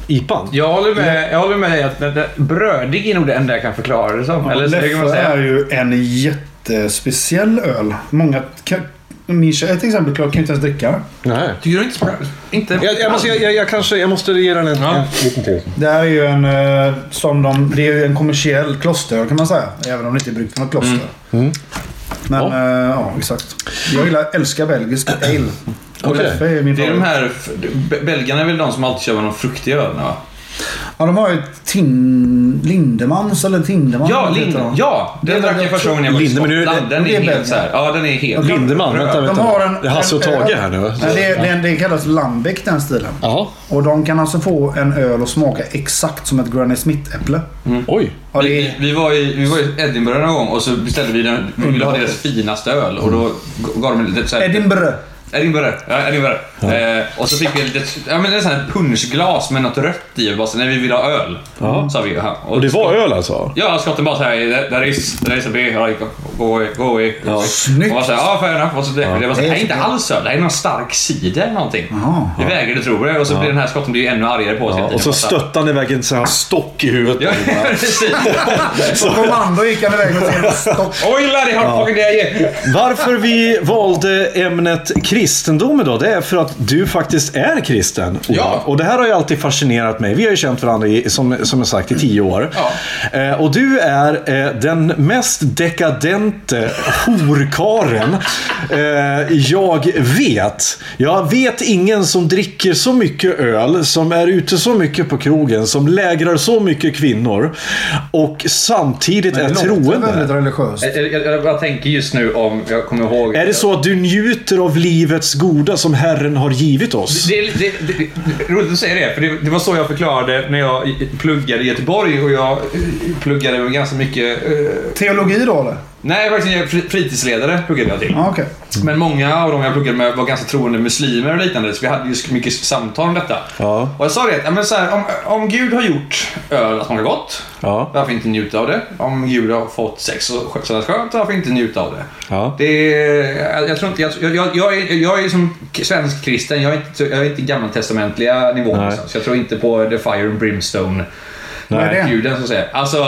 S4: IPan.
S5: Jag håller med, jag håller med dig att den, den, brödig är nog det enda jag kan förklara det som. Eller så kan man
S2: Leffe är
S5: säga.
S2: ju en jättespeciell öl. Många... Kan, min tjej till exempel kan ju inte ens dricka den.
S4: Nej.
S5: Tycker du inte Inte?
S4: Jag, jag, måste, jag, jag, jag kanske jag måste ge den en,
S5: Ja.
S4: en liten till.
S2: Det här är ju en, eh, som de, det är ju en kommersiell klosteröl kan man säga. Även om det inte är bryggt för något kloster. Men
S4: Ja.
S2: ja. ja, exakt. Jag gillar, älskar belgisk ale. Och
S4: Okej.
S2: Leffe är min
S5: Det är
S2: favorit.
S5: de här... f- be- Belgarna är väl de som alltid kör med de fruktiga ölen va?
S2: Ja, de har ju tin, Lindemans eller Tindermans.
S5: Ja,
S2: vad heter
S5: Lind,
S2: de?
S5: ja! Den
S2: Det är
S5: drack jag första gången jag var i
S4: Linde, men nu är
S5: Skottland.
S4: det-
S5: Den
S2: det är
S5: är helt
S2: Belgien.
S5: såhär. Ja, den är helt...
S4: Lindeman, vänta,
S5: Röd.
S2: De
S4: vänta.
S2: har en,
S4: det är Hasse och
S2: en öl.
S4: Tage här nu.
S2: Nej, det, är- det, är- det kallas Lambic den stilen.
S4: Jaha.
S2: Och de kan alltså få en öl att smaka exakt som ett Granny Smith-äpple.
S5: Mm.
S4: Oj.
S2: Ja, det
S5: Vi,
S2: är,
S5: vi, var i, vi var i Edinburgh någon gång och så beställde vi den, vi ville ha deras finaste öl och då g- gav de lite såhär...
S2: Edinburgh.
S5: Edinburgh. Ja, Edinburgh. Eh, och så fick vi lite, ja men en sån här punschglas med något rött i och bara så, nej vi vill ha öl. Sa vi. Ja.
S4: Och det var öl alltså?
S5: Ja, skotten bara såhär, där is, där is a beer, like, go away, go away. Ja.
S2: Snyggt.
S5: Och bara såhär, ja fair enough. Och så drack vi det. Och så,
S2: Det är
S5: nej, inte
S2: så-
S5: alls öl, det här är någon stark cider eller någonting.
S2: Jaha.
S5: Vi vägrade tro det och så blir den här skotten blir ju ännu argare på oss hela
S4: Ja,
S5: tiden.
S4: och så
S5: Bara här-
S4: stötte han iväg en sån här stock i huvudet.
S5: Ja, precis.
S2: På kommando gick han iväg med sin stock.
S5: Oj, Larry, har fucking det jag ger.
S4: Varför vi valde ämnet kristendom idag, det är för att du faktiskt är kristen. Ola.
S5: Ja.
S4: Och det här har ju alltid fascinerat mig. Vi har ju känt varandra, i, som, som jag sagt, i tio år. Eh, och du är eh, den mest dekadente horkaren eh, jag vet. Jag vet ingen som dricker så mycket öl, som är ute så mycket på krogen, som lägrar så mycket kvinnor och samtidigt är
S2: Det
S4: troende.
S2: låter väldigt religiöst.
S5: Jag, jag, jag bara tänker just nu om jag kommer ihåg.
S4: Är det så att du njuter av livets goda som Herren har givit oss?
S5: Det, är- det, det, det, roligt att säga det, för det, det var så jag förklarade när jag i- pluggade i Göteborg och jag eh, pluggade med ganska mycket... eh,
S2: Teologi då eller?
S5: nej, faktiskt jag är fri- fritidsledare pluggade jag till.
S2: Ja, okej.
S4: Mm.
S5: Men många av de jag pluggade med var ganska troende muslimer och liknande, så vi hade ju mycket samtal om detta.
S4: Ja.
S5: Och jag sa det, att, ja, men så här, om, om Gud har gjort öl att smaka gott,
S4: Ja.
S5: varför inte njuta av det? Om Gud har fått sex och skö- sådant skönt, varför inte njuta av det?
S4: Ja.
S5: Det är, jag- jag tror inte, jag, jag, jag, är, jag är som k- svensk kristen, jag är inte, jag är inte gammaltestamentliga nivån.
S4: Nej.
S5: någonstans. jag tror inte på the fire and brimstone.
S2: Vad är det?
S5: Guden så att säga. Alltså,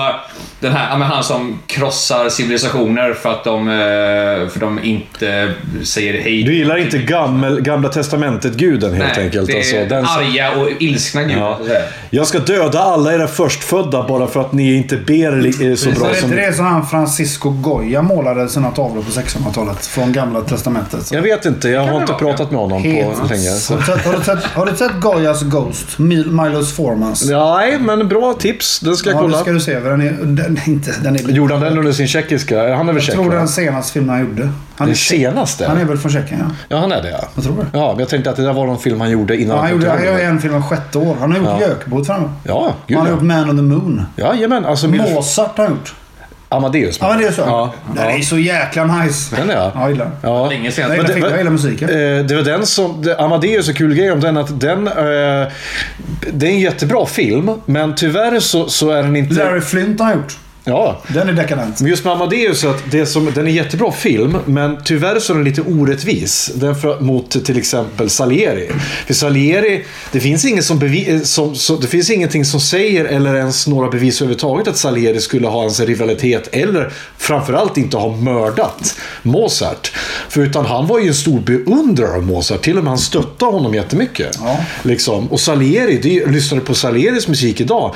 S5: den här, ja, men han som krossar civilisationer för att de, eh, för de inte säger hej.
S4: Du gillar inte gammel, Gamla Testamentet-guden helt
S5: Nej,
S4: enkelt?
S5: Det är
S4: alltså, den som-
S5: arga och ilskna guden.
S4: Ja.
S5: Så att säga.
S4: Jag ska döda alla era förstfödda bara för att ni inte ber li- eh, så
S2: Så
S4: bra
S2: det är
S4: som
S2: inte det som han Francisco Goya målade sina tavlor på 1600-talet? Från gamla testamentet.
S4: Jag vet inte, jag har inte pratat med honom på alltså.
S2: Helt
S4: länge. Så.
S2: Har du sett- Har du sett- har du sett Goyas Ghost? Mil- Milos Formans?
S4: Nej, men bra tips. Den ska jag
S2: Ja, det
S4: kolla.
S2: ska du se. för Den är, den, är inte, den är,
S4: Gjorde han den under sin tjeckiska? Han är väl
S2: Jag
S4: tjeck?
S2: tror
S4: va?
S2: den senaste filmen han gjorde. Han
S4: Den
S2: är tjeck.
S4: senaste?
S2: Han är väl från Tjeckien, ja.
S4: Ja, han är det ja.
S2: Jag tror det.
S4: Ja, men jag tänkte att det där var någon film han gjorde innan
S2: Ja, han,
S4: kom
S2: gjorde,
S4: till
S2: han gör
S4: Hollywood.
S2: en film om sjätte år. Han har gjort Jökboet framme.
S4: Ja, gud
S2: Han har
S4: ja.
S2: gjort Man on the Moon.
S4: Jajamän, alltså min...
S2: Mozart har han gjort.
S4: Amadeus.
S2: Ja, men det är så.
S4: Ja.
S2: Den är så jäkla nice.
S4: Den är jag.
S2: Ja, jag gillar den.
S4: Ja.
S5: Länge
S2: Jag
S5: sedan.
S2: gillar,
S4: det-
S2: filmen, jag gillar musiken.
S4: Eh, Det var den som... det- Amadeus, en kul grej om den att den... Eh, det är en jättebra film, men tyvärr så, så är den inte...
S2: Larry Flint har han gjort.
S4: Ja.
S2: Den är dekadent.
S4: Men just med Amadeus, är att det som, den är en jättebra film, men tyvärr så är den lite orättvis. Den för, mot till exempel Salieri. För Salieri, det finns, inget som bevi, eh, som, som, det finns ingenting som säger, eller ens några bevis överhuvudtaget, att Salieri skulle ha ens en rivalitet, eller framförallt inte ha mördat Mozart. För utan han var ju en stor beundrare av Mozart, till och med han stöttade honom jättemycket.
S2: Ja.
S4: Liksom. Och Salieri, det, är ju- lyssnar du på Salieris musik idag,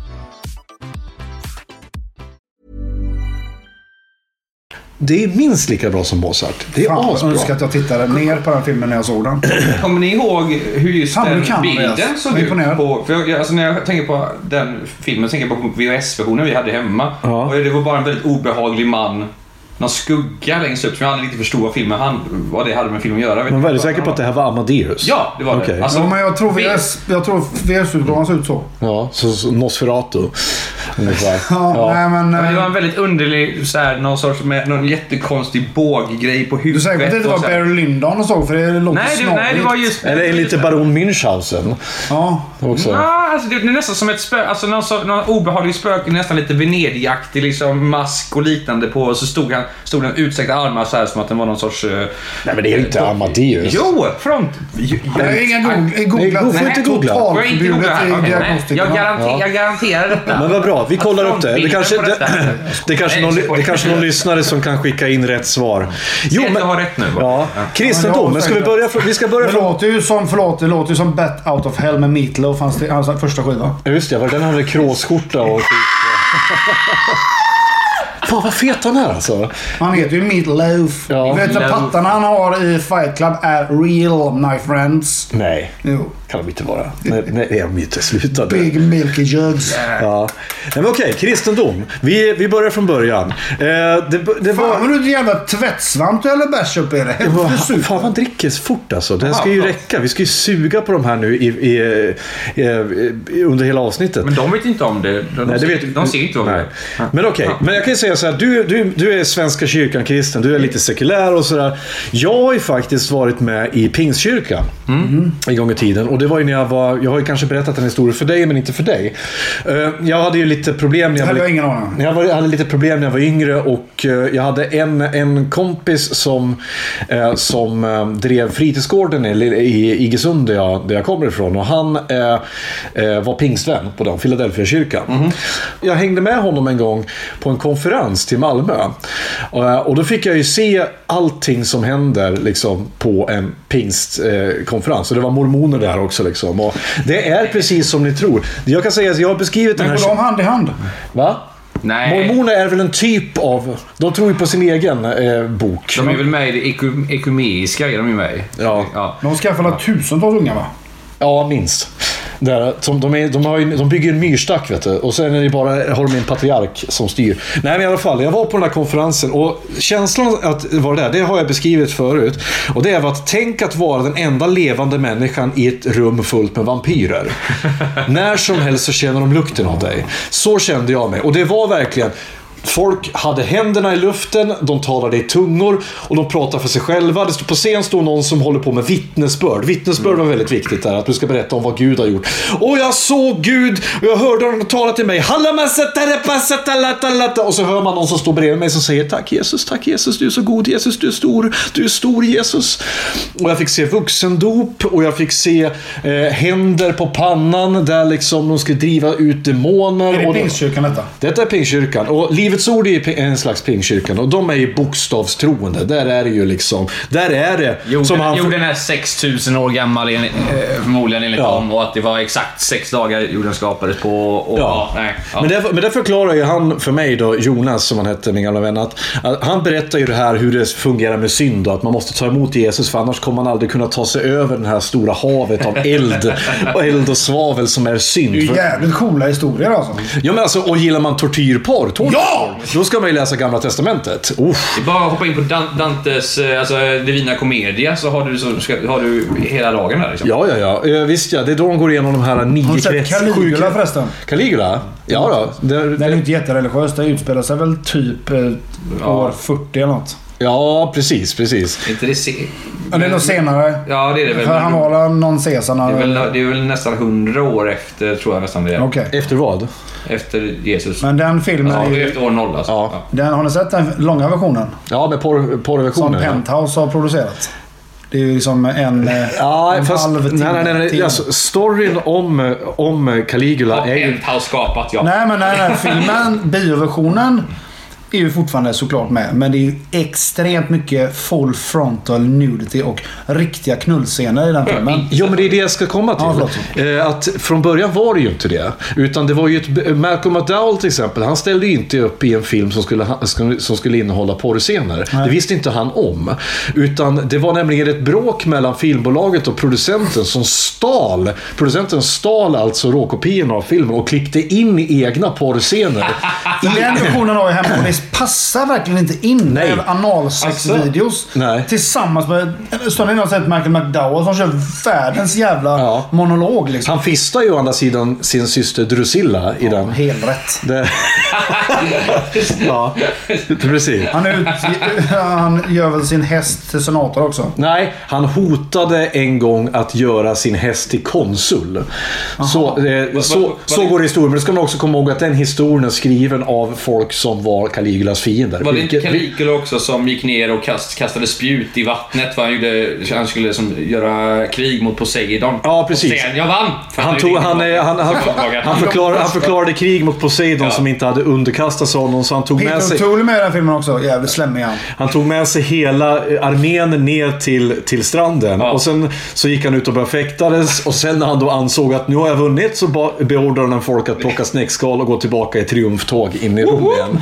S4: det är minst lika bra som Mozart. Det är
S2: Fan, jag
S4: asbra.
S2: önskar att jag tittade mer på den filmen när jag såg den.
S5: Kommer ni ihåg hur just
S2: Fan,
S5: den
S2: du kan,
S5: bilden
S2: Andreas.
S5: såg
S2: Jag är
S5: ut?
S2: imponerad.
S5: På, för jag, jag- alltså när jag tänker på den filmen tänker jag på VHS-versionen vi hade hemma.
S4: Ja.
S5: Och det var bara en väldigt obehaglig man. Någon skugga längst upp som jag aldrig riktigt förstod vad filmen han, vad det hade med filmen att göra. Vet
S4: Men
S5: du
S4: var du
S5: vad
S4: säker
S5: han
S4: på att det här var Amadeus?
S5: Ja, det var det.
S4: Okej.
S5: Alltså-
S2: Ja, men jag tror VS jag tror VS-utgåvan ser ut så.
S4: Ja, så, så Nosferatu. Ungefär.
S2: Ja, Nej, men,
S5: Ja, men Det var en
S2: eh,
S5: väldigt underlig, så här, någon sorts med, någon jättekonstig båggrej på
S2: du
S5: huvudet.
S2: säger att det inte
S5: och
S2: var
S5: så här.
S2: Barry Lyndon och så, för det låter
S5: nej, det,
S2: snarligt.
S5: nej, det var just...
S4: Eller är lite Baron Münchhausen
S2: Ja,
S4: också.
S5: Ja, alltså det, det är nästan som ett spöke, alltså någon, så, någon obehaglig spöke, nästan lite Venedigaktig liksom mask och liknande på och så stod han, stod den utsträckta armar så här som att den var någon sorts... eh,
S4: Nej, men det är ju inte Amadeus.
S5: Jo! Front! Jo,
S2: Jag har inga googla-
S4: Nej,
S2: googlat.
S4: får
S2: Nej,
S4: inte googla.
S5: Får jag inte googla
S2: Totalförbjudet
S5: här?
S2: i
S5: Okej, nej.
S2: diagnostiken.
S5: jag, garanter, jag garanterar detta.
S4: Men vad bra, vi
S5: Att
S4: kollar upp det. Det
S5: frontbilden
S4: kanske,
S5: Alltså, på detta-
S4: det, det, kanske någon,
S5: Nej,
S4: det kanske någon lyssnare som kan skicka in rätt svar. Jo,
S5: Jag har rätt nu.
S4: Ja, kristendom. Men ska vi börja från... Vi ska börja
S2: Det
S4: från...
S2: låter ju som, förlåt, det låter ju som Bet Out of Hell med Meat Loaf, hans, hans första skiva.
S4: Ja, Just det, var det den han hade kråsskjorta och Fan vad fet han är alltså.
S2: Han heter ju Meat Loaf.
S4: Ja.
S2: Vet du,
S5: Loaf.
S2: pattarna han har i Fight Club är real, my friends.
S4: Nej,
S2: Jo.
S4: kan de inte vara. Nej, nej det är de inte. Sluta du.
S2: Big Milky Jugs.
S4: Ja. Nej, men okej, kristendom. Vi, vi börjar från början. Eh, det, det
S2: Fan
S4: var...
S2: vad du är en jävla tvättsvamp du häller bärs upp i det.
S4: det var-
S2: Helvete super.
S4: Fan, man dricker så fort alltså. Det här ska ju räcka. Vi ska ju suga på de här nu i, i, i, i, under hela avsnittet.
S5: Men de vet inte om det. De,
S4: Nej, det
S5: ser-
S4: vet-
S5: de ser inte vad vi
S4: Nej.
S5: gör.
S4: Men okej, men jag kan ju säga så här. Du, du, du är Svenska kyrkan-kristen, du är lite sekulär och sådär. Jag har ju faktiskt varit med i Pingstkyrkan
S5: Mm.
S4: en gång i tiden. Och det var ju när jag var... Jag har ju kanske berättat en historia för dig, men inte för dig. Eh, Jag hade ju lite problem när jag
S2: hade
S4: var-
S2: jag ingen aning om.
S4: jag, var, jag hade lite problem när jag var yngre och eh, jag hade en, en kompis som, eh, som eh, drev fritidsgården i, i Iggesund där jag, där jag kommer ifrån. Och han eh, eh, var pingstvän på den, Philadelphia-kyrkan.
S2: Mhm.
S4: Jag hängde med honom en gång på en konferens till Malmö. Eh, och då fick jag ju se allting som händer liksom, på en pingstkonferens. Eh, konferens. och det var mormoner där också. Liksom. Och det är precis som ni tror. Jag kan säga att jag har beskrivit den
S2: Men
S4: här...
S2: går de hand i hand?
S4: Va?
S5: Nej.
S4: Mormoner är väl en typ av... De tror ju på sin egen eh, bok.
S5: De är väl med i det eku- ekumeniska, är de ju med i.
S4: Ja.
S5: ja.
S2: De skaffar väl tusentals unga va?
S4: Ja, minst. Där, som de, är, de, har ju, de bygger en myrstack vet du. Och sen är det bara, har de en patriark som styr. Nej men i alla fall, jag var på den här konferensen och känslan att vara där, det har jag beskrivit förut. Och det är att tänk att vara den enda levande människan i ett rum fullt med vampyrer. När som helst så känner de lukten av dig. Så kände jag mig. Och det var verkligen Folk hade händerna i luften, de talade i tungor och de pratade för sig själva. Det stod- På scen stod någon som håller på med vittnesbörd. Vittnesbörd var väldigt viktigt där, att du ska berätta om vad Gud har gjort. Och jag såg Gud och jag hörde honom tala till mig. "Halamasatarapasatalatalata." Och så hör man någon som står bredvid mig som säger Tack Jesus, tack Jesus, du är så god Jesus, du är stor, du är stor Jesus. Och jag fick se vuxendop och jag fick se eh, händer på pannan där liksom de skulle driva ut demoner.
S2: Är det
S4: och
S2: Pingstkyrkan detta?
S4: detta är pingkyrkan och Livets Ord är ju en slags pingkyrkan och de är ju bokstavstroende. Där är det ju liksom... Där är det...
S5: Jorden,
S4: som han,
S5: jorden är 6000 år gammal en, eh, förmodligen enligt
S4: Ja.
S5: dem och att det var exakt sex dagar jorden skapades på. Och,
S4: Ja.
S5: nej, ja.
S4: Men, det, men det förklarar ju han för mig då, Jonas som han hette, min gamla vän. Att, att han berättar ju det här hur det fungerar med synd och att man måste ta emot Jesus för annars kommer man aldrig kunna ta sig över det här stora havet av eld och eld och svavel som är synd.
S2: Det är ju
S4: För-
S2: jävligt coola historier alltså.
S4: Ja men alltså, och gillar man tortyrporr, tortyrporr ja! då ska man ju läsa Gamla Testamentet. Uff.
S5: Det är bara att hoppa in på Dan- Dantes eh, alltså, Divina Komedia så har du, så ska, har du hela dagen där. Liksom.
S4: Ja, ja, ja. Eh, Visst ja, det är då de går igenom de här nio
S2: Har du sett
S4: krets- sju
S2: Caligula
S4: krets-
S2: förresten?
S4: Caligula? Ja då. Det,
S2: Den är
S4: det-
S2: ju inte jättereligiös. Det utspelar sig väl typ eh, år 40 eller något.
S4: ja, precis, precis.
S5: Inte det se-
S2: Ja, det är nog senare.
S5: Ja, det är det väl.
S2: För han var väl någon Caesar
S5: det, är väl,
S2: när...
S5: det är väl nästan 100 år efter, tror jag nästan det är.
S2: Okej.
S4: Efter vad?
S5: Efter Jesus.
S2: Men den filmen
S5: ja,
S2: är
S5: det är
S2: ju...
S5: efter år noll alltså.
S4: Ja.
S2: Den, har ni sett den långa versionen?
S4: Ja, med porr,
S2: Som
S4: porrversionen. ja.
S2: Penthouse har producerat. Det är ju liksom en, eh,
S4: Ja,
S2: en
S4: fast
S2: halv
S4: nej,
S2: timme.
S4: nej, nej, nej.
S2: till.
S4: Alltså, storyn om, om Caligula
S5: Ja.
S4: är ju...
S5: Penthouse skapat, ja.
S2: Nej, men nej, nej. Filmen, bioversionen, är ju fortfarande såklart med. Men det är ju extremt mycket full frontal nudity och riktiga knullscener i den filmen.
S4: Jo, men det är det jag ska komma
S2: Ja,
S4: till. Eh, att från början var det ju inte det. Utan det var ju ett, eh, Malcolm McDowell till exempel, han ställde ju inte upp i en film som skulle, ha- skulle- som skulle innehålla porrscener. Det visste inte han om. Utan det var nämligen ett bråk mellan filmbolaget och producenten som stal. Producenten stal alltså råkopiorna av filmen och klippte in egna porrscener.
S2: Den versionen har jag hemma och det passar verkligen inte in
S4: Nej. Alltså,
S2: med analsexvideos.
S4: Nej.
S2: Tillsammans med... Stunden innan har jag sett Michael McDowell som kör världens jävla
S4: Ja.
S2: monolog liksom.
S4: Han fistar ju å andra sidan sin syster Drusilla i den.
S2: Helt rätt.
S4: Det... ja, precis.
S2: Han, är ut, han gör väl sin häst till senator också.
S4: Nej, han hotade en gång att göra sin häst till konsul. Så, eh,
S5: va-
S4: så,
S5: va-
S4: så går historien. Men då ska man också komma ihåg att den historien är skriven av folk som var Caligulas fiender.
S5: Var det inte
S4: Vilket-
S5: Caligula också som gick ner och kast, kastade spjut i vattnet? Va? Han, gjorde, han skulle som, göra krig mot Poseidon.
S4: Ja, precis.
S5: Och sen, jag vann! För
S4: Han, tog, han, eh, han, han, han, förklarade, han förklarade krig mot Poseidon som inte hade underkastats honom, så han tog med
S2: Peter
S4: sig...
S2: O'Toole är med i den filmen också. Jävligt slemmig han.
S4: Han tog med sig hela eh, armén ner till, till stranden.
S5: Ja.
S4: Och sen så gick han ut och började fäktades. Och sen när han då ansåg att nu har jag vunnit så ba- beordrade han folk att plocka snäckskal och gå tillbaka i triumftåg in i Rom igen.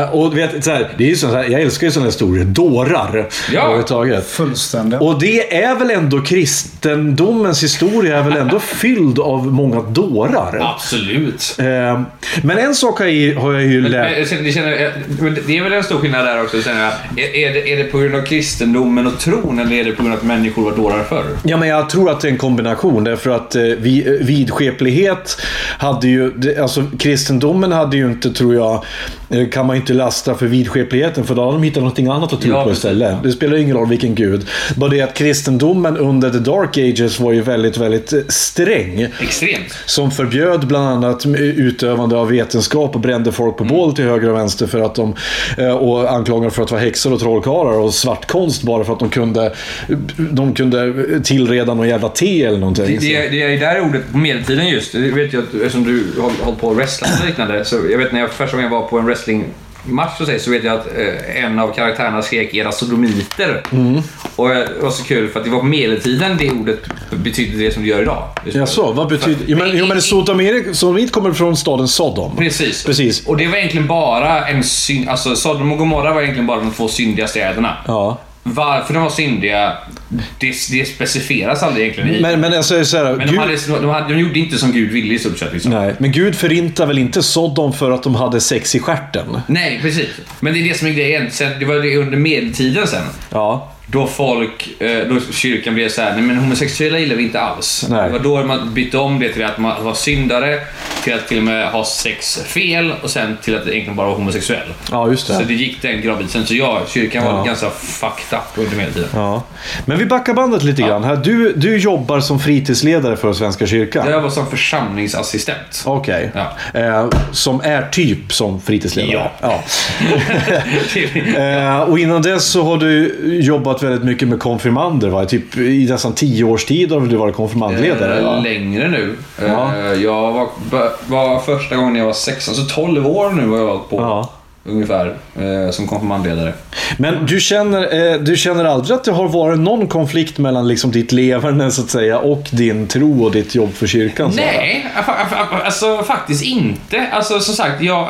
S4: eh, och vet, så här, det är ju sån här, jag älskar ju sådana historier. Dårar.
S5: Ja.
S4: Överhuvudtaget.
S2: Fullständigt.
S4: Och det är väl ändå kristendomens historia är väl ändå fylld av många dårar.
S5: Absolut.
S4: Eh, men en sak har jag, ju- har jag ju lärt
S5: Men, eh, jag känner- det känner- men det är väl en stor skillnad där också. Känner jag. Är, är, det, är det på grund av kristendomen och tron eller är det på grund av att människor var dårar förr?
S4: Ja, men jag tror att det är en kombination. Därför att eh, vi, eh, vidskeplighet hade ju... det- Alltså, kristendomen hade ju inte, tror jag, eh, kan man ju inte lasta för vidskepligheten. För då hade de hittat någonting annat att tro
S5: Ja,
S4: på
S5: precis.
S4: istället. Det spelar ju ingen roll vilken gud. Bara det att kristendomen under the dark ages var ju väldigt, väldigt eh, sträng.
S5: Extremt.
S4: Som förbjöd bland annat utövande av vetenskap och brände folk på
S5: Mm.
S4: bål till höger och vänster för att de eh, och anklagade för att vara häxor och trollkarlar och svartkonst bara för att de kunde, de kunde tillreda någon jävla te eller någonting.
S5: Det, det, det är där ordet på medeltiden just. Det vet jag att- eftersom du har hållit på och wrestlat och liknande. Så jag vet när jag första gången jag var på en wrestlingmatch och så, så vet jag att eh, en av karaktärerna skrek era sodomiter.
S4: Mm.
S5: Och eh, det var så kul för att det var på medeltiden det ordet betydde det som det gör idag.
S4: Jaså, vad betyder... Jo men, jo, men Sodamerik, Sodomit kommer från staden Sodom.
S5: Precis.
S4: Precis.
S5: Och det var egentligen bara en synd... Alltså Sodom och Gomorra var egentligen bara de två syndiga städerna.
S4: Ja.
S5: varför de var syndiga, det, det specificeras aldrig egentligen. i-
S4: Men, men alltså, så här,
S5: men de,
S4: Gud,
S5: hade, de, hade, de gjorde inte som Gud ville i stort sett. Liksom.
S4: nej, men Gud förintar väl inte Sodom för att de hade sex i stjärten?
S5: Nej, precis. Men det är det som är grejen. Sen, det var det under medeltiden sen.
S4: Ja.
S5: Då folk, eh, då kyrkan blev så här, nej men homosexuella gillar vi inte alls.
S4: Nej.
S5: Det var då man bytte om det till att man var syndare, till att till och med ha sex fel och sen till att egentligen bara vara homosexuell.
S4: Ja, just det.
S5: Så det gick den gradbiten. Så ja, kyrkan
S4: Ja.
S5: var ganska fucked up under medeltiden.
S4: Ja. Men vi backar bandet lite grann. Här. Du, du jobbar som fritidsledare för Svenska kyrkan.
S5: Jag var som församlingsassistent.
S4: Okej.
S5: Ja.
S4: Eh, som är typ som fritidsledare. Ja. Eh, och innan dess så har du jobbat väldigt mycket med konfirmander. Va? Typ I nästan tio års tid har du varit konfirmandledare.
S5: Eh,
S4: Va?
S5: Längre nu. Eh,
S4: Ja.
S5: Jag var, bör- var första gången jag var 16, så 12 år nu har jag hållit på.
S4: Ja.
S5: Ungefär. eh, Som konfirmandledare.
S4: Men du känner, eh, du känner aldrig att det har varit någon konflikt mellan liksom ditt leverne så att säga och din tro och ditt jobb för kyrkan? så att säga?
S5: Nej, fa- fa- alltså faktiskt inte. Alltså som sagt, jag...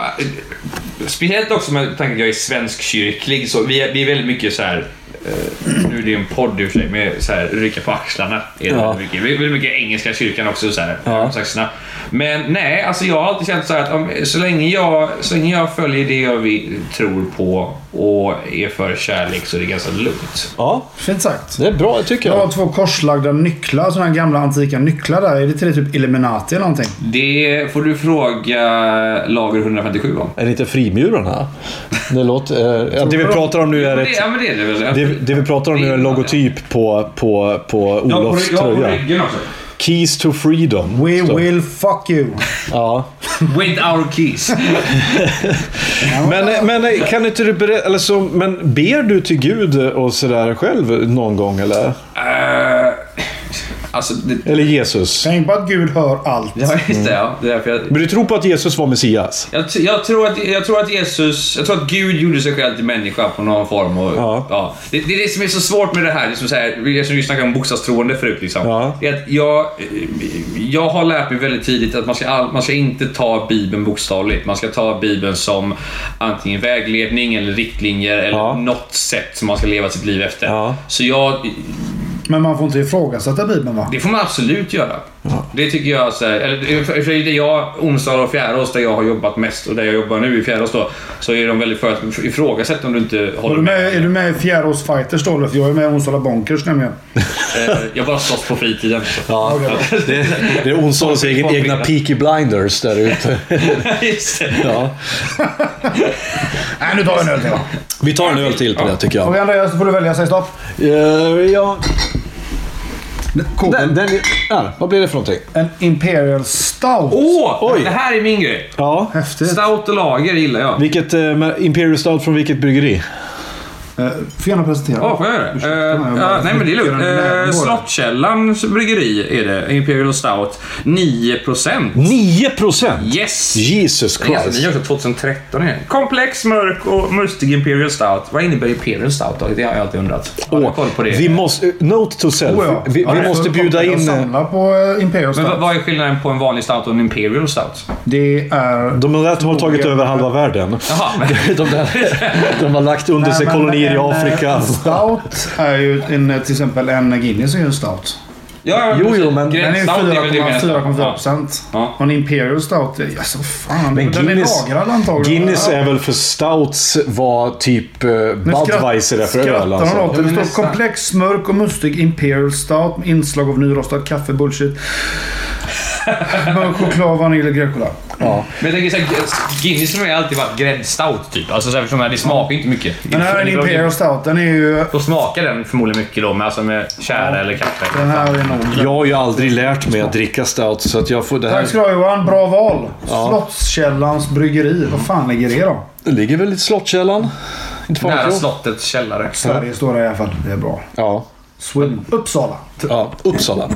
S5: Speciellt också med tanke att jag är svenskkyrklig, så vi är, vi är väldigt mycket så här... eh, Nu är det ju en podd i och för sig, med så här, rycka på axlarna. Är det
S4: Ja.
S5: väldigt mycket. Vi är väldigt mycket engelska kyrkan också. Så här,
S4: Ja.
S5: saxarna. Men nej, alltså jag har alltid känt så här att om, så, länge jag, så länge jag följer det jag vi, tror på och är för kärlek så är det ganska lugnt.
S4: Ja,
S2: Fint sagt.
S4: det är bra tycker
S2: Jag
S4: jag.
S2: har två korslagda nycklar, sådana här gamla antika nycklar där. Är det till det typ Illuminati eller någonting?
S5: Det får du fråga lager 157 om.
S4: Är det inte frimurarna? Det, låter, eh, ja, det vi pratar om nu är
S5: Det,
S4: ett...
S5: ja, men det är det väl.
S4: Det, det vi pratar om nu är en logotyp på, på, på
S5: Ja, på
S4: Olofs
S5: rygg- ja, på
S4: tröja.
S5: ryggen också.
S4: Keys to freedom.
S2: We
S4: står det.
S2: will fuck you.
S4: Ja.
S5: With our keys.
S4: Men, men kan inte du berätta, eller så, men ber du till Gud och sådär själv någon gång eller?
S5: Eh, alltså, det,
S4: Eller Jesus?
S2: Tänk på att Gud hör allt.
S5: ja, just det. Ja, det är därför jag,
S4: Men du tror på att Jesus var Messias?
S5: jag, t- jag, tror att, jag tror att Jesus, jag tror att Gud gjorde sig själv till människa på någon form. Och,
S4: Ja.
S5: ja. Det, det är det som är så svårt med det här, liksom så här vi- eftersom vi snackade om bokstavstroende förut. Liksom,
S4: Ja.
S5: Det är att jag, eh, jag har lärt mig väldigt tidigt att man ska, all- man ska inte ta Bibeln bokstavligt. Man ska ta Bibeln som antingen vägledning eller riktlinjer eller
S4: Ja.
S5: något sätt som man ska leva sitt liv efter.
S4: Ja.
S5: Så jag,
S2: Men man får inte ifrågasätta Bibeln va?
S5: Det får man absolut göra. Det tycker jag. Så här, eller, för för det är jag, onsdagar och fjärås, där jag har jobbat mest och där jag jobbar nu i fjärås då, så är de väldigt för att ifrågasätta om du inte
S2: Är
S5: håller
S2: du
S5: med.
S2: med, är du med i Fjärås Fighters då Olof? Jag är med i Onsala Bonkers nämligen.
S5: Eh, Jag bara slåss på fritiden.
S4: Ja. Det, det är Onsdagens egen, egna Peaky Blinders där ute.
S5: Just det.
S4: Ja.
S2: Nej, nu tar jag en öl till va?
S4: Vi tar en öl till på det tycker jag.
S2: Okej Andreas, då får du välja. Säg stopp.
S4: Eh, ja. Den,
S2: Kåken.
S4: den, ja, vad blir det för någonting?
S2: En Imperial Stout.
S5: Åh!
S4: Oj.
S5: Det här är min grej.
S4: Ja.
S2: Häftigt.
S5: Stout och lager gillar jag.
S4: Vilket, eh, med Imperial Stout från vilket bryggeri?
S2: Eh, Får gärna presentera.
S5: Ja, får jag göra
S2: Ursäkta,
S5: det? Eh,
S2: jag bara
S5: ja, nej, men det är
S2: dricker den här
S5: lugnt.
S2: bara.
S5: Uh, Slottkällarns bryggeri är det. Imperial Stout. 9%.
S4: 9 procent!
S5: Yes!
S4: Jesus
S5: Det är
S2: Alltså,
S5: ganska ny
S4: Christ.
S5: också, 2013 är den. Komplex, mörk och mustig Imperial Stout. Vad innebär Imperial Stout då? Det har jag alltid undrat. Har du koll på det?
S4: Vi måste, note to self.
S2: Oh, ja.
S4: Vi,
S2: Ja,
S4: vi
S2: det
S4: måste
S2: är
S4: bjuda
S2: Jag
S4: in... eh,
S2: samlar på eh, Imperial
S5: Men vad,
S2: Stout.
S5: vad är skillnaden på en vanlig stout och en Imperial Stout?
S2: Det är...
S4: De där som har tagit
S2: Fråga.
S4: över halva världen.
S5: Jaha, men...
S4: De, där, de har lagt under sig
S2: Nej, men
S4: kolonier i
S2: en, eh,
S4: Afrika.
S2: Stout är ju en, eh, till exempel en Guinness är ju en stout.
S5: Ja, ja,
S4: Jo,
S5: precis.
S4: jo, men-
S2: Den är ju
S5: Stout väl det mesta.
S2: 4,4
S5: Ja.
S2: procent.
S5: Ja.
S2: Och en Imperial Stout, är- alltså fan.
S4: Men
S2: den
S4: Guinness-
S2: är lagrad antagligen.
S4: Guinness är väl för stouts vad typ eh,
S2: Nu
S4: Budweiser är för öl
S2: Skrattar de åt
S4: alltså.
S2: det?
S5: Ja,
S2: Det
S5: men
S2: står
S5: nästan.
S2: komplex, mörk och mustig Imperial Stout med inslag av nyrostad kaffe, bullshit. Mörk choklad, vanilj och gräddsjoklad.
S5: Men jag tänker såhär, Guinness har ju alltid varit gräddstout typ. Alltså så här, förstår man, det smakar ju inte mycket.
S2: Den här är en Imperial Stout. Den är ju...
S5: Då smakar den förmodligen mycket då, men alltså med tjära eller kaffe.
S2: Den här är nog...
S4: Jag har ju aldrig lärt mig att dricka stout så att jag får det
S2: Tack
S4: här.
S2: ska du ha Johan. Bra val.
S4: Ja.
S2: Slottskällans bryggeri. Vad fan ligger det då?
S4: Det ligger väl i slottkällan? Inte fan
S5: Nära
S4: vet jag.
S5: slottets källare.
S2: Sverige står det i alla fall. Det är bra.
S4: Ja.
S2: Sweden. Uppsala.
S4: Ja, Uppsala.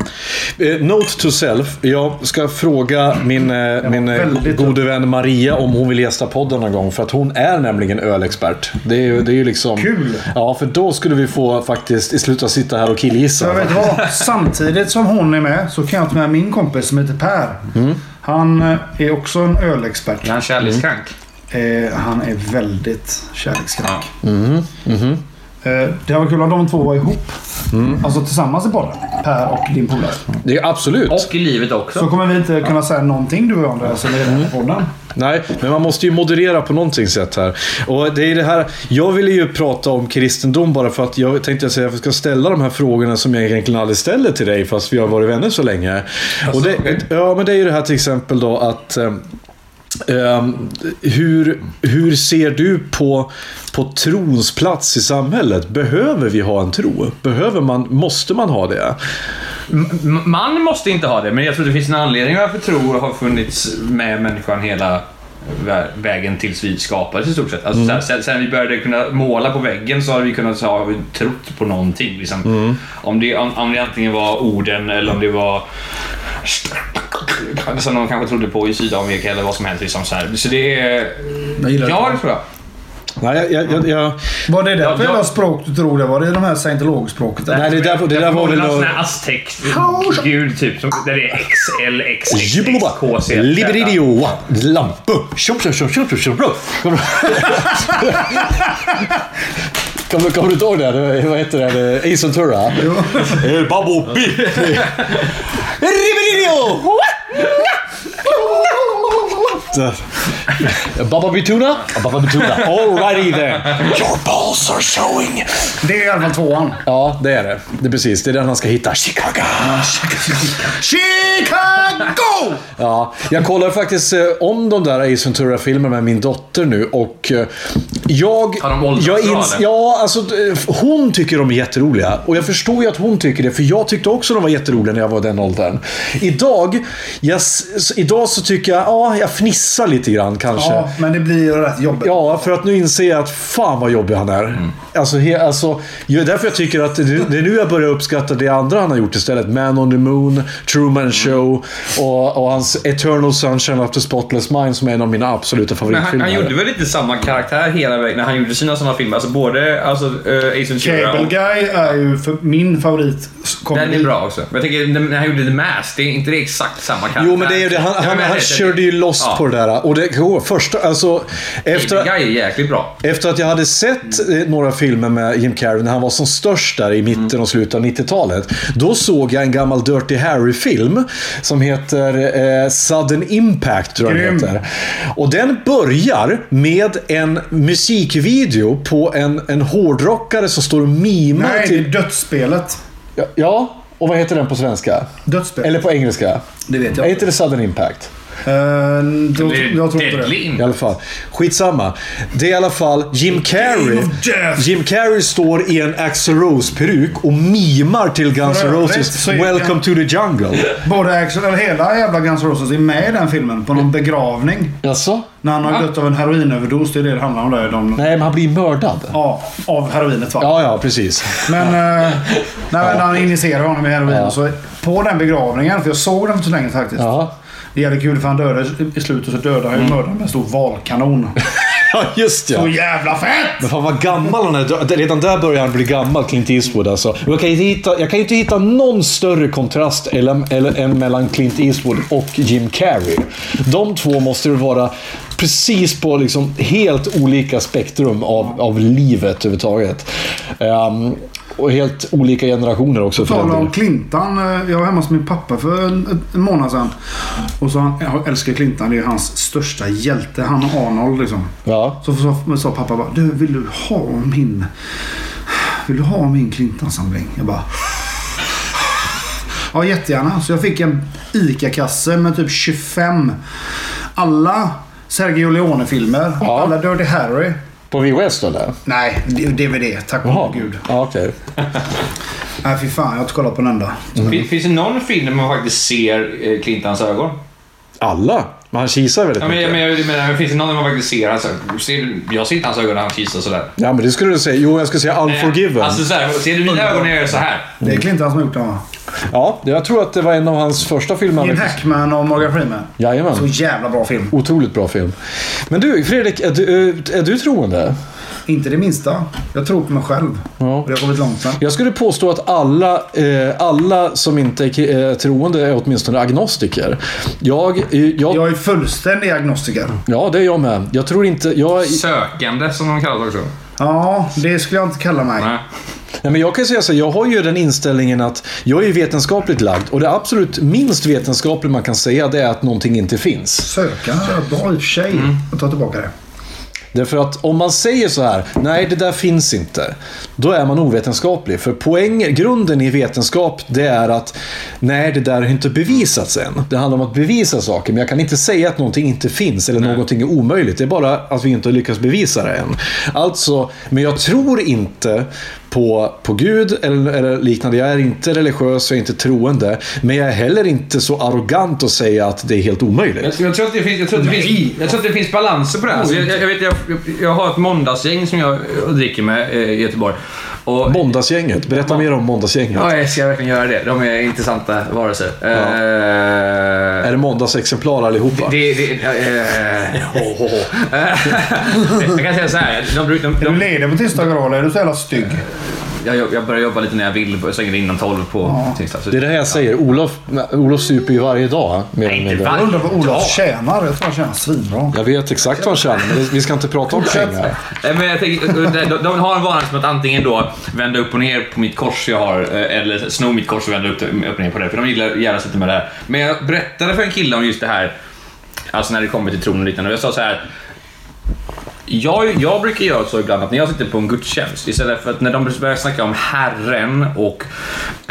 S4: Eh, note to self. Jag ska fråga min, eh, min eh,
S2: väldigt
S4: gode vän Maria om hon vill gästa podden någon gång. För att hon är nämligen ölexpert. Det är ju, det är ju liksom...
S2: Kul!
S4: Ja, för då skulle vi få faktiskt i slutet att sitta här och killgissa.
S2: Jag vet vad. Samtidigt som hon är med så kan jag ta med min kompis som heter Per. Han eh, är också en ölexpert.
S5: Är han
S2: Mm.
S5: kärlekskrank?
S2: Eh, han är väldigt kärlekskrank. Eh, Det hade varit kul om de två var ihop. Alltså tillsammans i podden. Per och din polare.
S4: Det är absolut.
S5: Och i livet också.
S2: Så kommer vi inte kunna säga någonting du och jag om det här som är i den här podden.
S4: Nej, men man måste ju moderera på någonting sätt här. Och det är det här. Jag ville ju prata om kristendom bara för att jag tänkte säga att jag ska ställa de här frågorna som jag egentligen aldrig ställer till dig fast vi har varit vänner så länge. och det,
S5: Alltså, okej.
S4: Ja, men det är ju det här till exempel då att ehm, ehm, hur, hur ser du på, på trons plats i samhället? Behöver vi ha en tro? Behöver man, måste man ha det?
S5: M- Man måste inte ha det, men jag tror det finns en anledning varför tro har funnits med människan hela eh, vä- vägen tills vi skapades i stort sett. Alltså,
S4: Mm.
S5: så här, sen, sen vi började kunna måla på väggen så har vi kunnat ha vi trott på någonting. Liksom.
S4: Mm.
S5: Om, det, om, om det antingen var orden eller om det var som de kanske trodde på i Sydamerika eller vad som helst. Liksom, så, här. så det är...
S2: Jag gillar
S5: Ja,
S2: det.
S5: det tror jag.
S4: Nej, jag, jag, jag, jag,
S2: Var det därför
S5: Ja, jag-
S2: jävla språk du tror det var? Det är de här scientologspråket? eller?
S4: nej det, där, det där var väl...
S5: någon
S4: något-
S5: sån här aztek-gud typ. Som, där det är
S4: Jibboba,
S5: XLXXXKZ.
S4: liberidio, lampu, tjopp tjopp tjopp tjopp tjopp tjopp. Kommer du- Kommer du- kommer du inte ihåg det? här? Vad heter det? här? Ace Ventura? Jo. El babo bi. Liberidio! Baba Bituna? Baba Bituna. Alrighty there. Your balls are showing.
S2: Det är i alla fall tvåan.
S4: Ja, det är det. Det är precis. Det är den han ska hitta. Chicago!
S2: Chicago!
S4: Ja, jag kollar faktiskt eh, om de där Ace Ventura-filmerna med min dotter nu och eh, jag...
S5: Har de åldrats
S4: jag
S5: bra, eller?
S4: Ja, alltså eh, hon tycker de är jätteroliga. Och jag förstår ju att hon tycker det, för jag tyckte också de var jätteroliga när jag var i den åldern. Idag, jag, s- s- idag så tycker jag, ja, jag fnissar lite grann kanske.
S2: Ja, men det blir ju rätt jobbigt.
S4: Ja, för att nu inser jag att fan vad jobbig han är.
S5: Mm.
S4: Alltså, he, alltså, ju- därför jag tycker att det, det är nu jag börjar uppskatta det andra han har gjort istället. Man on the Moon,
S5: Mm.
S4: Truman Show och, och hans Eternal Sunshine of the Spotless Mind som är en av mina absoluta
S5: Men han,
S4: favoritfilmer.
S5: han gjorde väl lite samma karaktär hela vägen när han gjorde sina sådana filmer? Alltså både alltså, uh, Ace Ventura
S2: Cable
S5: och...
S2: Guy är ju för min favorit.
S5: Den är bra också. Men jag tänker när han gjorde The Mask, det är inte det exakt samma karaktär?
S4: Jo, men det är ju det. Han,
S5: Jag
S4: han,
S5: menar
S4: han
S5: det, det-
S4: körde ju lost
S5: Ja.
S4: på det där. Och det, oh, första, alltså, efter,
S5: Guy är jäkligt bra.
S4: Efter att jag hade sett eh, några filmer med Jim Carrey när han var som störst där i mitten
S2: Mm.
S4: och slutet av 90-talet. Då såg jag en gammal Dirty Harry-film som heter eh, Sudden Impact. Tror jag den
S2: Grym.
S4: heter. Och den börjar med en musikvideo på en, en hårdrockare som står och mimar
S2: Nej, det är
S4: till...
S2: dödsspelet.
S4: Ja, och vad heter den på svenska?
S2: Dödsspel.
S4: Eller på engelska?
S2: det vet
S4: Är inte det Sudden Impact?
S2: Eh, jag,
S5: Det är
S2: jag tror inte
S5: deadly
S2: det.
S4: I
S5: in.
S4: alla fall. Skitsamma. Det är i alla fall Jim Carrey.
S2: Game of death.
S4: Jim Carrey står i en Axl Rose-peruk och mimar till Guns
S2: För
S4: N'
S2: övrigt
S4: Roses
S2: så är-
S4: “Welcome to the jungle”.
S2: Både Axel, eller hela jävla Guns N' Roses är med i den filmen på någon begravning.
S4: Jaså?
S2: När han har dött av en heroinöverdos. Det är det det handlar om. Där, de,
S4: Nej, men han blir mördad.
S2: Ja, av heroinet va?
S4: Ja, ja, precis.
S2: Men eh, när, när han injicerar honom i heroin. och Så på den begravningen, för jag såg den för så länge sedan faktiskt.
S4: Ja,
S2: Det är jävligt kul för han dödar i slutet så dödar han ju mördaren med en stor valkanon.
S4: ja just
S2: Så
S4: ja.
S2: jävla fett!
S4: Men fan vad gammal han är. Redan där börjar han bli gammal, Clint Eastwood alltså. Och Jag kan ju inte hitta, jag kan ju inte hitta någon större kontrast eller, eller, än mellan Clint Eastwood och Jim Carrey. De två måste ju vara precis på liksom helt olika spektrum av, av livet överhuvudtaget. Ehm, och helt olika generationer också för den
S2: Tala om
S4: delen.
S2: Clintan. eh, Jag var hemma hos min pappa för en, en månad sedan. Och så han jag älskar Clintan. Det är hans största hjälte. Han och Arnold liksom.
S4: Ja.
S2: Så sa, sa pappa bara, du vill du ha min... Vill du ha min Clintan-samling? Jag bara... Ja, jättegärna. Så jag fick en ICA-kasse med typ 25. Alla Sergio Leone-filmer.
S4: Ja.
S2: Alla Dirty Harry.
S4: På VHS eller?
S2: Nej, DVD. Tack
S4: Jaha.
S2: och gud.
S4: Ja, okej.
S2: Nej, fy fan. Jag har inte kollat på en enda.
S4: Mm.
S5: Fin- Finns det någon film där man faktiskt ser eh, Clintans ögon?
S4: Alla? Men han kisar väldigt
S5: Ja, men,
S4: mycket.
S5: jag, men, jag, menar, finns det någon där man faktiskt ser hans ögon? Ser- Jag ser inte hans ögon när han kisar sådär.
S4: Ja, men det skulle du säga. Jo, jag skulle säga Unforgiven.
S5: Alltså såhär, ser du mina ögon när jag gör så här?
S2: Det är Clintan som har gjort den va?
S4: Ja, jag tror att det var en av hans första filmer.
S2: Gene Hackman och Morgan Freeman.
S4: Jajamän.
S2: Så jävla bra film.
S4: Otroligt bra film. Men du, Fredrik, är du, är du troende?
S2: Inte det minsta. Jag tror på mig själv. Och det har kommit långt sen.
S4: Jag skulle påstå att alla, eh, alla som inte är kri- eh, troende är åtminstone agnostiker. Jag, eh, jag,
S2: Jag är fullständig agnostiker.
S4: Ja, det är jag med. Jag tror inte... Jag,
S5: Sökande som de kallas också.
S2: Ja, det skulle jag inte kalla mig.
S5: Nej.
S4: Nej, men jag kan ju säga så, här, jag har ju den inställningen att jag är vetenskapligt lagd och det absolut minst vetenskapliga man kan säga det är att någonting inte finns.
S2: Söka är bra i och för sig. Jag tar tillbaka det.
S4: Därför att om man säger så här, nej det där finns inte. Då är man ovetenskaplig. För poäng, grunden i vetenskap det är att, nej det där har inte bevisats än. Det handlar om att bevisa saker, men jag kan inte säga att någonting inte finns eller någonting är omöjligt. Det är bara att vi inte har lyckats bevisa det än. Alltså, men jag tror inte på, på Gud eller, eller liknande. Jag är inte religiös, jag är inte troende. Men jag är heller inte så arrogant att säga att det är helt omöjligt.
S5: Jag, jag, tror att det finns, jag, tror att det finns, jag tror att det finns balanser på det här. Så Oh, jag, jag, jag, vet, jag, jag har ett måndagsgäng som jag eh, dricker med eh, i Göteborg. Och,
S4: Måndagsgänget, berätta mer om Måndagsgänget.
S5: ja, jag ska verkligen göra det. De är intressanta varelser. Eh,
S4: Är det måndagsexemplar allihopa?
S5: det, det, eh, ho, ho, ho. jag kan säga så här. De, bruk- de,
S2: Är du
S5: de,
S2: ledig på tisdagar då eller är du så jävla stygg?
S5: jag, jobb- jag börjar jobba lite när jag vill, så länge det är innan 12 på tisdag. Så-
S4: Det är det här jag säger. Olof, Olof super ju varje dag. Mer eller
S5: inte
S4: mindre.
S5: varje
S2: Jag undrar vad
S5: dag.
S2: Olof tjänar. Jag tror han tjänar svinbra.
S4: Jag vet exakt vad han tjänar, men vi ska inte prata om pengar.
S5: Nej, men jag tänker, de, de har en vana som att antingen då vända upp och ner på mitt kors jag har, eh, eller sno mitt kors och vända upp, upp och ner på det, för de gillar gärna att sitta med det här. Men jag berättade för en kille om just det här, alltså när det kommer till tron och liknande, och jag sa så här. Jag, jag brukar göra så ibland att när jag sitter på en gudstjänst, istället för att när de börjar snacka om Herren och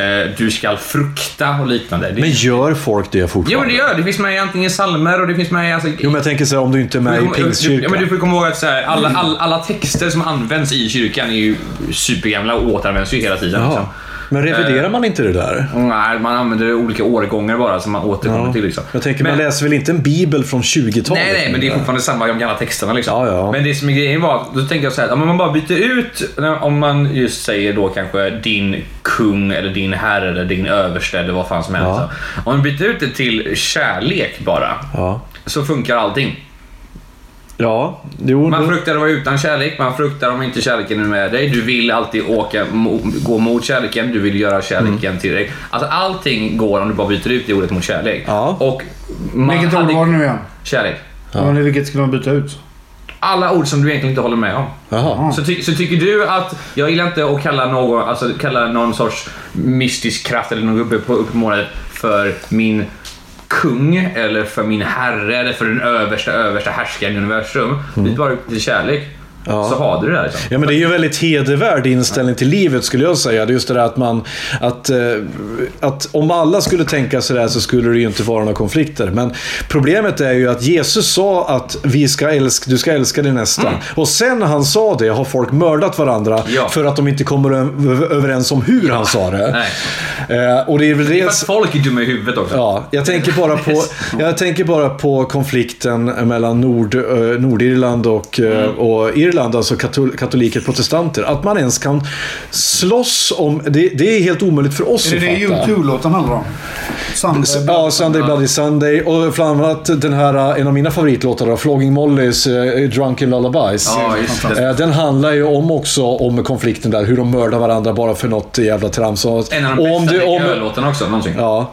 S5: eh, du skall frukta och liknande. Det,
S4: Men gör folk det
S5: jo, men
S4: fortfarande?
S5: det gör det. Det finns med i antingen salmer och det finns med i... Alltså,
S4: Jo, men jag tänker så här, om du inte är med i
S5: Jo, men- du- Ja, men du
S4: pingstkyrkan.
S5: får komma ihåg att så här, alla, alla, alla texter som används i kyrkan är ju supergamla och återanvänds ju hela tiden. Liksom.
S4: Jaha. Men
S5: Eh.
S4: reviderar man inte det där?
S5: Nej, man använder olika årgångar bara som man återkommer
S4: Ja.
S5: till. Liksom.
S4: Jag tänker, man
S5: Men-
S4: läser väl inte en bibel från 20-talet?
S5: Nej, nej, men det är fortfarande samma de gamla texterna. Liksom.
S4: Ja, ja.
S5: Men det som är grejen var att då tänker jag så här, om man bara byter ut, om man just säger då kanske din kung eller din herre eller din överste eller vad fan som helst.
S4: Ja.
S5: Om man byter ut det till kärlek bara,
S4: Ja.
S5: så funkar allting.
S4: Ja, jo.
S5: Man
S4: det-
S5: fruktar att vara utan kärlek, man fruktar om inte kärleken är med dig. Du vill alltid åka, mo, gå mot kärleken, du vill göra kärleken
S2: Mm.
S5: till dig. Alltså allting går om du bara byter ut det ordet mot kärlek.
S4: Ja.
S5: Och man
S2: Vilket ord
S5: hade-
S2: var det nu igen?
S5: Kärlek.
S2: Ja. men Vilket skulle man byta ut?
S5: Alla ord som du egentligen inte håller med om.
S4: Jaha.
S5: Så, ty, så tycker du att, jag gillar inte att kalla någon, alltså, kalla någon sorts mystisk kraft eller någon gubbe på uppmålet för min kung eller för min herre eller för den översta översta härskaren i universum.
S2: Mm.
S5: Byt bara ut till kärlek. Så har du det där liksom.
S4: Ja, men det är ju en väldigt hedervärd inställning till livet skulle jag säga. Det är just det där att man... Att, eh, att om alla skulle tänka sådär så skulle det ju inte vara några konflikter. Men problemet är ju att Jesus sa att vi ska älska, du ska älska din nästa. Och sen när han sa det har folk mördat varandra
S5: Ja.
S4: för att de inte kommer ö- överens om hur han sa det. Eh, och det är väl
S5: För
S4: det...
S5: att folk är dumma i huvudet också.
S4: Ja, jag tänker bara på, jag tänker bara på konflikten mellan Nord, eh, Nordirland och, eh,
S5: Mm.
S4: och Irland, alltså katol, katoliker och protestanter. Att man ens kan slåss om... Det, det är helt omöjligt för oss
S2: Är det det
S4: att fatta.
S2: YouTube-låten handlar om? Sunday.
S4: Ja, Sunday Bloody Sunday och bland annat den här, eh, en av mina favoritlåtar, då, Flogging Mollys eh, Drunken Lullabies.
S5: Ja, just det.
S4: Eh, Den handlar ju om också om konflikten där, hur de mördar varandra bara för något jävla trams. Och-
S5: En av de
S4: och om
S5: bästa
S4: du- om-
S5: miljölåtarna också någonsin.
S4: Ja.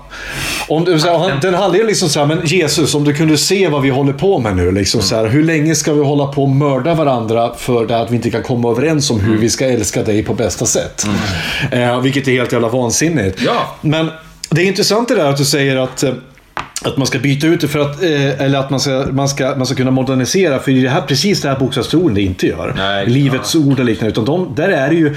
S4: Om du, så här, han, den handlar ju liksom så här, men Jesus, om du kunde se vad vi håller på med nu. Liksom, så här, hur länge ska vi hålla på och mörda varandra för det att vi inte kan komma överens om hur
S5: Mm.
S4: vi ska älska dig på bästa sätt? Eh, vilket är helt jävla vansinnigt.
S5: Ja.
S4: Men det är intressant det där att du säger att eh, att man ska byta ut det för att, eh, eller att man ska, man, ska, man ska kunna modernisera. För det är det här, precis det här bokstavstron det inte gör.
S5: Nej,
S4: Livets ord och liknande. Utan de, där är det ju,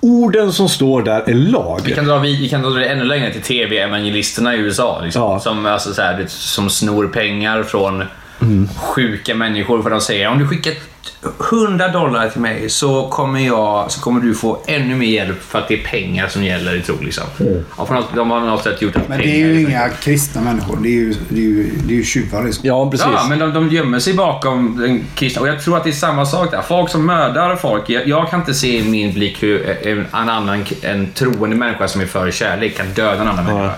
S4: orden som står där är lag.
S5: Vi kan, dra, vi, vi kan dra det ännu längre till TV-evangelisterna i USA. Liksom,
S4: Ja.
S5: som, alltså, så här, det- som snor pengar från
S4: Mm.
S5: sjuka människor för de säger om du skickar 100 dollar till mig så kommer, jag, så kommer du få ännu mer hjälp för att det är pengar som gäller i tro. Liksom.
S4: Mm.
S5: Ja, för något, de har på något sätt gjort att
S2: Men det är
S5: pengar-
S2: ju inga kristna människor. Det är ju, det är ju, det är ju tjuvar liksom.
S4: Ja, precis.
S5: Ja, men de, de gömmer sig bakom den kristna. Och jag tror att det är samma sak där. Folk som mördar folk. Jag, jag kan inte se i min blick hur en, en annan en troende människa som är för kärlek kan döda en annan människa.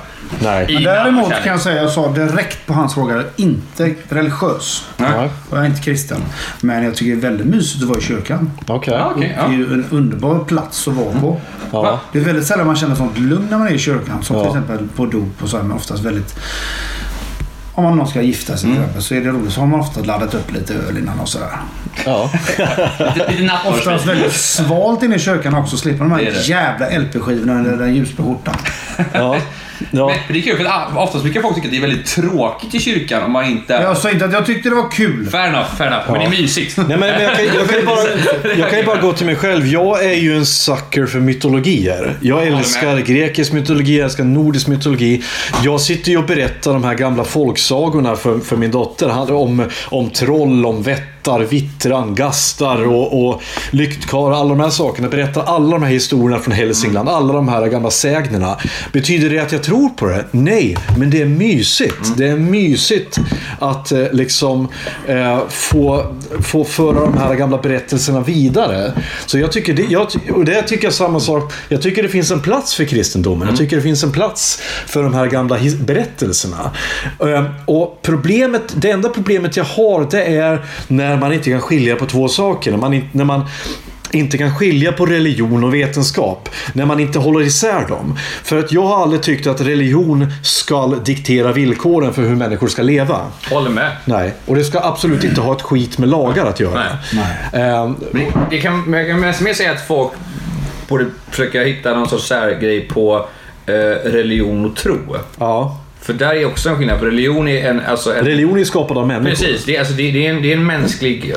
S4: Nej.
S5: I
S2: Däremot
S5: namn av
S2: kan jag säga, jag sa direkt på hans fråga, jag är inte religiös.
S5: kärlek.
S4: Ja,
S2: Och jag är inte kristen. Men jag tycker det är väldigt mysigt att vara i kyrkan.
S4: Okej.
S5: Ja, okej,
S2: Det är
S5: ja. Mm.
S2: ju en underbar plats att vara på.
S4: Ja.
S2: Det är väldigt sällan man känner sånt lugn när man är i kyrkan. Som
S4: Ja.
S2: till exempel på dop och så här, men oftast väldigt... Om man någon ska gifta sig
S5: Mm.
S2: till exempel så är det roligt. Så har man ofta laddat upp lite öl innan och sådär.
S4: Ja.
S5: Lite, lite
S2: Oftast
S5: nattvardssprit.
S2: väldigt svalt inne i köken också. Slipper man de
S5: Det är det.
S2: här jävla LP-skivorna eller den ljusblå skjortan.
S4: ja. ja.
S5: Men det är kul för att ah, oftast brukar folk tycka att det är väldigt tråkigt i kyrkan om man inte...
S2: Jag sa inte att jag tyckte det var kul.
S5: Fair enough, fair enough. Men det är mysigt.
S4: Nej, men, men jag, kan, jag, kan ju bara, jag kan ju bara gå till mig själv. Jag är ju en sucker för mytologier. Jag älskar grekisk mytologi, jag älskar nordisk mytologi. Jag sitter ju och berättar de här gamla folksagorna för, för min dotter. Han- Om, om troll, om vättar, vittran, gastar och, och lyktkarlar. Alla de här sakerna. Berättar alla de här historierna från Hälsingland. Alla de här gamla sägnerna. Betyder det att jag tror på det? Nej, men det är mysigt. Det är mysigt att eh, liksom eh, få, få föra de här gamla berättelserna vidare. Så jag tycker det, jag, ty- och det tycker jag samma sak. Jag tycker det finns en plats för kristendomen. Jag tycker det finns en plats för de här gamla his- berättelserna. Eh, och problemet, det enda problemet jag har det är när man inte kan skilja på två saker. När man, inte- när man inte kan skilja på religion och vetenskap. När man inte håller isär dem. För att jag har aldrig tyckt att religion ska diktera villkoren för hur människor ska leva.
S5: Håller med.
S4: Nej, och det ska absolut inte ha ett skit med lagar att göra. Ehm,
S5: Men det kan, men jag kan mest mer säga att folk borde försöka hitta någon sorts särgrej på eh, religion och tro.
S4: ja.
S5: För där är också en skillnad. För religion är en... Alltså en
S4: Religion är skapad av människor.
S5: Precis, det, är- alltså, det, det, är en, det är en mänsklig... eh,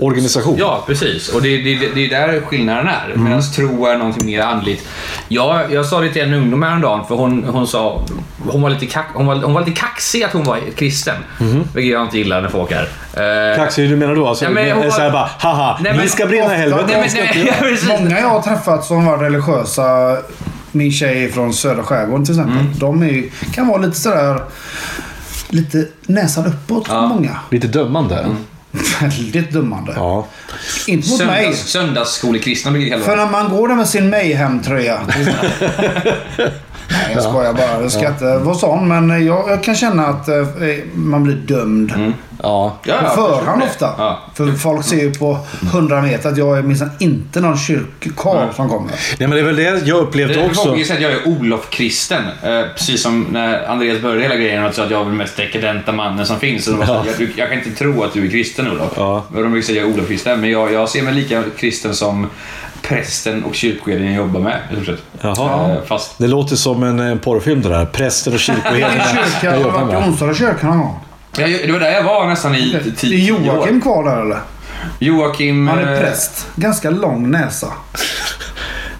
S4: Organisation.
S5: Ja, precis. Och det, det, det är där skillnaden är.
S2: Mm.
S5: Medan tro är någonting mer andligt. Jag, jag sa det till en ungdom häromdagen, för hon, hon sa... Hon var, lite kack, hon, var, hon var lite kaxig att hon var kristen.
S2: Mhm.
S5: Vilket jag inte gillar när folk är. Eh,
S4: Kaxig, du menar då? Alltså,
S5: Nej, men
S4: det
S5: hon
S4: är
S5: var-
S4: såhär bara, haha,
S5: Nej,
S4: ni
S5: men-
S4: ska brinna i helvete.
S5: Nej, men, nej, precis.
S2: Många jag har träffat som var religiösa. Min tjej från södra skärgården till exempel. De är, ju- kan vara lite sådär... Lite näsan uppåt för många.
S4: Lite dömande.
S5: Mm.
S2: Väldigt dömande.
S4: Ja.
S2: Inte mot mig.
S5: Söndags, söndagsskolekristna brukar det
S2: För
S5: kallas.
S2: när man går där med sin Mayhem-tröja. Nej, jag skojar bara. Jag ska inte vara sån, men jag, jag kan känna att eh, man blir dömd.
S4: ja.
S5: Ja,
S2: På
S5: ja,
S2: förhand
S5: absolut.
S2: ofta.
S5: Ja.
S2: För folk ser ju på 100 meter att jag är minsann inte någon kyrkkarl som kommer.
S4: Nej, men det är väl det jag upplevt
S5: Det är
S4: också.
S5: folk säger att jag är Olof-kristen. Eh, precis som när Andreas började hela grejen och sa att jag är den mest dekadenta mannen som finns. Så de bara, så här, jag, jag kan inte tro att du är kristen Olof.
S4: Ja.
S5: Men De brukar säga jag är Olof-kristen, men jag, jag ser mig lika kristen som prästen och kyrkoherden jag jobbar med. i stort sett.
S4: Jaha.
S5: Eh, Fast
S4: Det låter som en, en porrfilm det där. Präster och
S2: Vilken
S4: kyrkoherden.
S2: kyrka? Har
S4: Jag
S2: du
S4: jobbar
S2: varit i
S4: med.
S2: Onsala kyrka någon gång?
S5: jag, det var där jag var nästan i
S2: Det
S5: t-
S2: är
S5: tio år.
S2: Joakim kvar där eller?
S5: Joakim...
S2: Han är
S5: eh,
S2: präst. Ganska lång näsa.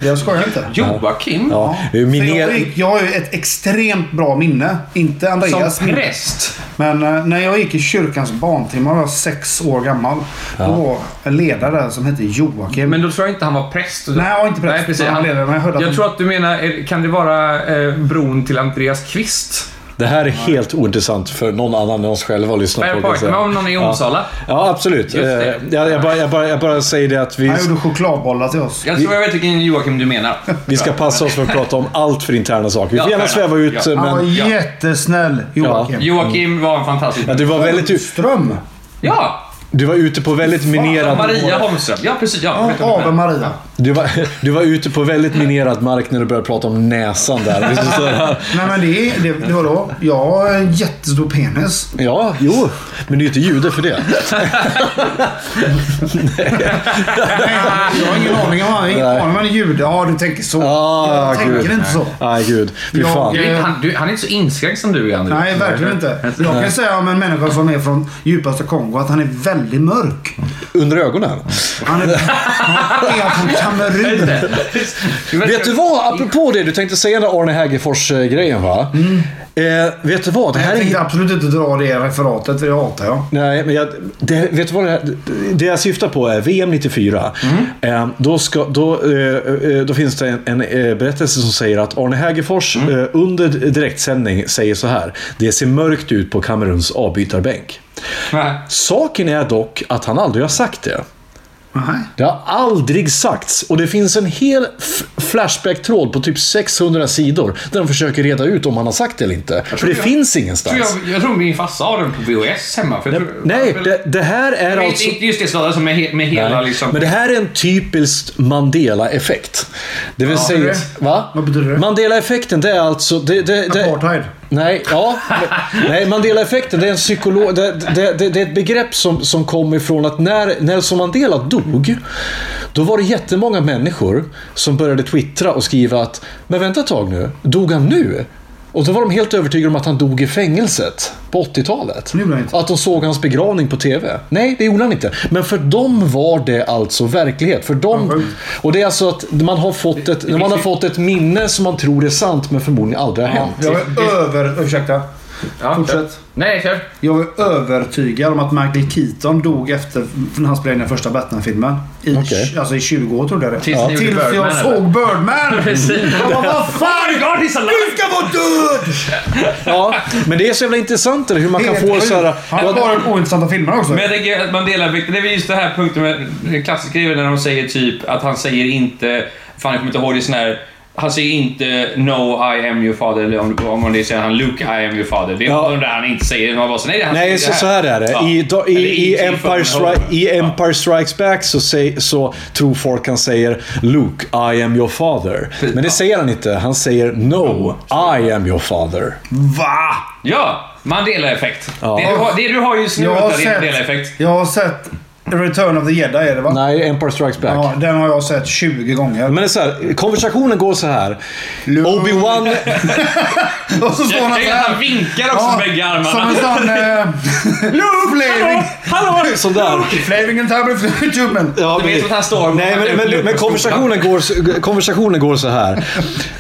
S2: Jag skojar inte.
S5: Joakim?
S4: Ja, det är ju
S2: För jag,
S4: miner...
S2: gick, jag har ju ett extremt bra minne. Inte Andreas
S5: Som
S2: minne.
S5: präst?
S2: Men eh, när jag gick i kyrkans barntimmar var jag sex år gammal. Då var en ledare som hette Joakim.
S5: Men då tror jag inte han var präst.
S2: Nej, han var inte präst.
S5: Nej, precis.
S2: Han var
S5: Han,
S2: ledare, men jag hörde att
S5: jag
S2: han-
S5: tror att du menar, eh, kan det vara eh, bron till Andreas Kvist?
S4: Det här är helt ointressant för någon annan än oss själva att lyssna på.
S5: Nej,
S4: kan jag
S5: pojk,
S4: säga.
S5: men om någon är i Onsala?
S4: Ja, ja absolut. Eh,
S5: Just det.
S4: jag, jag, bara, jag, bara, jag bara säger det att vi,
S2: Han gjorde chokladbollar till oss.
S5: Jag tror jag vet vilken Joakim du menar.
S4: vi ska passa oss för att prata om allt för interna saker. Vi får
S5: Ja,
S4: gärna
S5: fair enough.
S4: sväva ut,
S5: Ja.
S4: eh,
S2: Han var
S4: men...
S2: jättesnäll Joakim.
S5: Joakim var en fantastisk
S4: Ja, du var väldigt... ut-
S2: Ström.
S5: Ja!
S4: Du var ute på väldigt minerad...
S5: Maria Holmström. Ja, precis. Ja, jag
S2: Ja,
S5: vet vad du
S2: Ave
S5: menar.
S2: Maria.
S4: Du var, du var ute på väldigt minerad mark när du började prata om näsan där. Det är så här-
S2: Nej men det, det, det var då. Jag har en jättestor penis.
S4: Ja, jo. Men du är inte jude för det.
S2: Jag har ingen aning om han är. Om han är jude. Ja, du tänker så.
S4: Ah,
S2: jag tänker
S4: gud.
S2: inte så.
S4: Nej, gud. Fy
S2: Jag-
S4: fan.
S5: Du är inte- Han, du, han är inte så inskränkt som du är, Andrew.
S2: Nej, verkligen inte. Jag kan ju säga om en människa som är från djupaste Kongo att han är väldigt mörk.
S4: Under ögonen.
S2: Han är, han är från Kamerun.
S4: Vet du vad? Apropå det, du tänkte säga den där Arne Hägerfors-grejen va? Eh, vet du vad? Det här
S2: Mm. Jag
S4: är...
S2: tänkte absolut inte dra det referatet för det hatar jag.
S4: Nej, men jag, det, vet du vad det, här, det jag syftar på är VM 94.
S5: Mm.
S4: Eh, då, ska, då, eh, eh, då finns det en, en eh, berättelse som säger att Arne Hägerfors
S5: Mm.
S4: eh, under direktsändning säger så här. Det ser mörkt ut på Kameruns avbytarbänk.
S5: Nej.
S4: Saken är dock att han aldrig har sagt det.
S2: Nej.
S4: Det har aldrig sagts. Och det finns en hel f- Flashback-tråd på typ 600 sidor där de försöker reda ut om han har sagt det eller inte. För det
S5: jag-
S4: finns
S5: Jag,
S4: ingenstans.
S5: tror jag, jag tror min farsa har den på VHS hemma. För jag tror,
S4: Nej,
S5: jag-
S4: det, det här är
S5: Men
S4: alltså...
S5: Inte just det stadiet som är he, med hela liksom...
S4: Men det här är en typisk Mandela-effekt. Det vill säga...
S2: det.
S4: Va?
S2: Vad betyder det?
S4: Mandela-effekten, det är alltså... Det, det, det,
S2: Apartheid.
S4: Nej, ja. men- Nej, Mandela-effekten, det är en psykolog... Det, det, det, det är ett begrepp som, som kom ifrån att när Nelson Mandela dog, då var det jättemånga människor som började twittra och skriva att “Men vänta ett tag nu, dog han nu?” Och då var de helt övertygade om att han dog i fängelset på 80-talet.
S2: Det gjorde han inte.
S4: Att de såg hans begravning på TV. Nej, det gjorde han inte. Men för dem var det alltså verklighet. För
S2: Ja,
S4: dem...
S2: sjukt.
S4: Och det är alltså att man har fått ett, när man har fått ett minne som man tror är sant, men förmodligen aldrig har hänt.
S2: Jag är över... Ursäkta.
S5: Ja,
S2: Fortsätt.
S5: kör. Nej, kör.
S2: Jag är övertygad om att Michael Keaton dog efter när han spelade in den första Batman-filmen. I,
S4: Okej.
S2: Alltså i 20 år trodde jag det.
S5: Tills ni gjorde
S2: Tills jag
S5: Birdman,
S2: såg Birdman!
S5: Precis.
S2: Jag bara, vad fan!
S5: God, he's alive!
S2: Du ska vara död!
S4: Ja, men det är så jävla intressant eller hur man kan
S2: Helt
S4: få
S2: sjukt.
S4: så här...
S2: Han har bara ointressanta filmer också.
S5: Men jag tänker att Mandela-effekten, det är väl just det här punkten med den klassiska grejen när de säger typ att han säger inte, fan jag kommer inte ihåg det sån här, han säger inte No I am your father eller om, om det säger han Luke I am your father. Det är
S4: Ja.
S5: ja. det han inte säger. Man bara, så, nej, det är han
S4: Nej,
S5: som säger
S4: så, så här är det.
S5: Ja.
S4: I, do, i,
S5: Eller
S4: i,
S5: Kingdom
S4: Empire,
S5: of Heaven.
S4: Stri- I Empire Strikes Back så, säg, så tror folk han säger Luke, I am your father. Men det säger han inte. Han säger No, I am your father.
S2: Va?
S5: Ja, Mandela-effekt. Det, du har, det du har just nu
S2: Jag har,
S5: Lotta, det är
S2: sett,
S5: Mandela-effekt.
S2: jag har sett Return of the Jedi är det va?
S4: Nej, Empire Strikes Back.
S2: Ja, den har jag sett 20 gånger.
S4: Men det är så här, konversationen går så här. Obi-Wan...
S2: och så står han
S5: Jag
S2: så
S5: tänker att han
S2: här.
S5: vinkar också med bägge
S2: Som en
S5: armarna.
S2: sån... Eh, flaving.
S5: Hallå!
S4: Sådär.
S2: Flaving and tablet för tuben.
S4: Ja,
S5: Det är
S4: men-
S5: som att han står-
S4: Nej, men, men, men konversationen, går, så- konversationen går så här.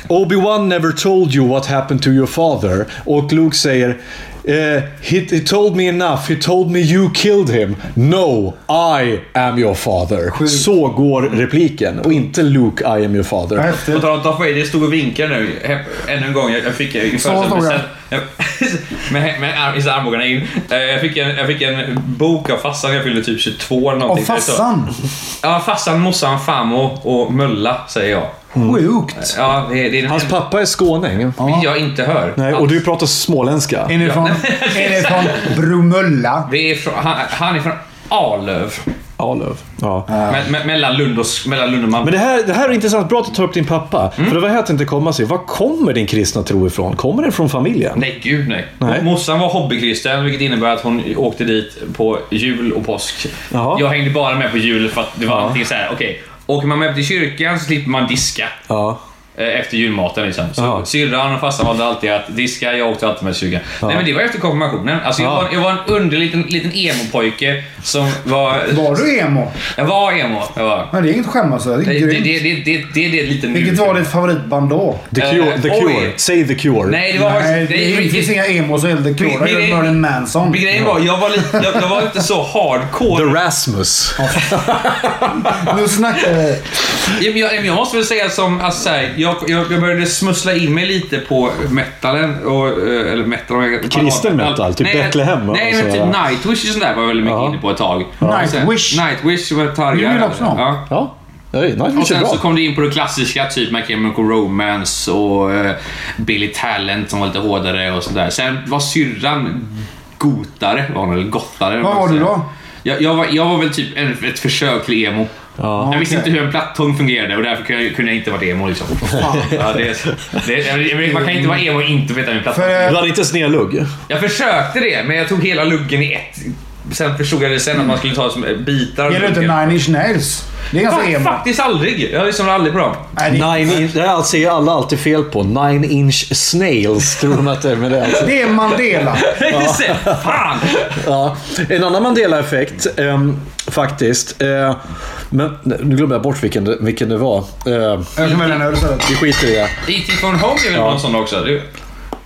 S4: Obi-Wan never told you what happened to your father. Och Luke säger eh, he, he told me enough. He told me you killed him. No, I am your father. Så går repliken. Och inte Luke, I am your father.
S5: På
S2: Häftigt.
S5: tal om Darth Vader, jag stod och vinkade nu. He- Ännu en gång. Jag jag fick en
S2: Så stod
S5: födelsedagspresent. Jag- Med, med arm, så armbågarna in. Eh, Jag fick, en, jag fick en bok av farsan när jag fyllde typ 22 eller
S2: Av
S5: någonting.
S2: farsan.
S5: Ja, farsan, morsan, farmor och Mölla säger jag.
S2: Sjukt.
S5: Ja, det, det är den
S4: Hans
S5: enda
S4: pappa är skåning.
S5: jag inte hör.
S4: Nej, och du pratar småländska.
S2: Inifrån, inifrån Bromölla.
S5: Det är från, han, han är från Arlöv.
S4: Alöv. Ja.
S5: Me, me, mellan Lund och, S- mellan Lund och Malmö.
S4: Men det här, det här är intressant. Bra att du tar upp din pappa. För det var här jag tänkte komma sig. Var kommer din kristna tro ifrån? Kommer den från familjen?
S5: Nej, gud nej.
S4: Nej.
S5: Morsan var hobbykristen, vilket innebär att hon åkte dit på jul och påsk.
S4: Jaha.
S5: Jag hängde bara med på jul för att det var någonting så här, okej. Åker man med till kyrkan så slipper man diska
S4: Ja.
S5: eh, efter julmaten. Liksom. Så
S4: Ja.
S5: syrran och farsan valde alltid att diska, jag åkte alltid med till kyrkan. Nej, men det var efter konfirmationen. Alltså, jag,
S4: Ja.
S5: var, jag var en underlig liten, liten emo-pojke som var...
S2: Var du emo?
S5: Jag var emo. Jag var.
S2: Nej, det är inget skämmas över. Det
S5: Det,
S2: är
S5: det, det,
S2: grymt.
S5: det, det, det är det lite nu.
S2: Vilket var ditt favoritband då?
S4: The Cure.
S5: Eh,
S4: the
S5: oj.
S4: cure. Säg The Cure.
S5: Nej, det var
S2: Nej,
S5: faktiskt...
S2: det finns inga emos och Elder Cure.
S5: Min-
S2: Det
S5: min-
S2: är Merlin Manson.
S5: Grejen var, jag var, lite, jag, jag var inte så
S4: The
S5: hardcore.
S4: Rasmus.
S2: Nu snackar vi.
S5: Ja, men Jag, men jag måste väl säga som, alltså, så här, jag, jag, jag började smussla in mig lite på metalen. Och, eh, eller metal, om jag-
S4: Kristen metal, typ
S5: nej,
S4: Betlehem, va?
S5: Nej,
S4: Och
S5: men
S4: så,
S5: typ
S4: ja.
S5: Nightwish och sånt där var jag väldigt mycket
S4: Ja.
S5: inne på ett tag.
S2: Ja.
S5: Och sen-
S2: Nightwish.
S5: Nightwish var
S2: Det
S5: targad.
S2: vill jag också ha.
S5: Ja.
S4: Ja. Nej,
S5: Och
S4: Nightwish är
S5: sen så
S4: bra.
S5: kom det in på det klassiska, typ My Chemical Romance och eh, Billy Talent som var lite hårdare och sådär. Sen var syrran gotare, var hon, eller gottare.
S2: Vad var du då?
S5: Jag, jag, var, jag var väl typ en, ett försök till emo. jag visste
S2: okej.
S5: inte hur en plattång fungerade och därför kunde jag, kunde jag inte vara emo. Liksom. ja, det, det, jag menar, man kan inte vara emo och inte veta hur en plattång
S2: För, eh,
S4: Du hade inte snedlugg?
S5: Jag försökte det, men jag tog hela luggen i ett. Sen förstod jag det sen att man skulle ta som eh, bitar. av
S2: Gäller inte
S5: luggen.
S2: Nine Inch Nails? Det är ganska
S5: Fa-
S2: emo.
S5: Faktiskt aldrig. Jag lyssnade aldrig på dem.
S2: Nej, det,
S4: Nine inch, det här säger alla alltid fel på. Nine inch snails tror de att det är. Men det är alltså.
S2: det är Mandela.
S5: Fan!
S4: ja. En annan Mandela-effekt ehm, faktiskt. Eh, men nu glömde jag bort vilken, det- vilken det var. Eh,
S2: Jag kan välja en öl istället.
S4: vi skiter i det.
S5: E.T. från Home är väl någon sån också? Det,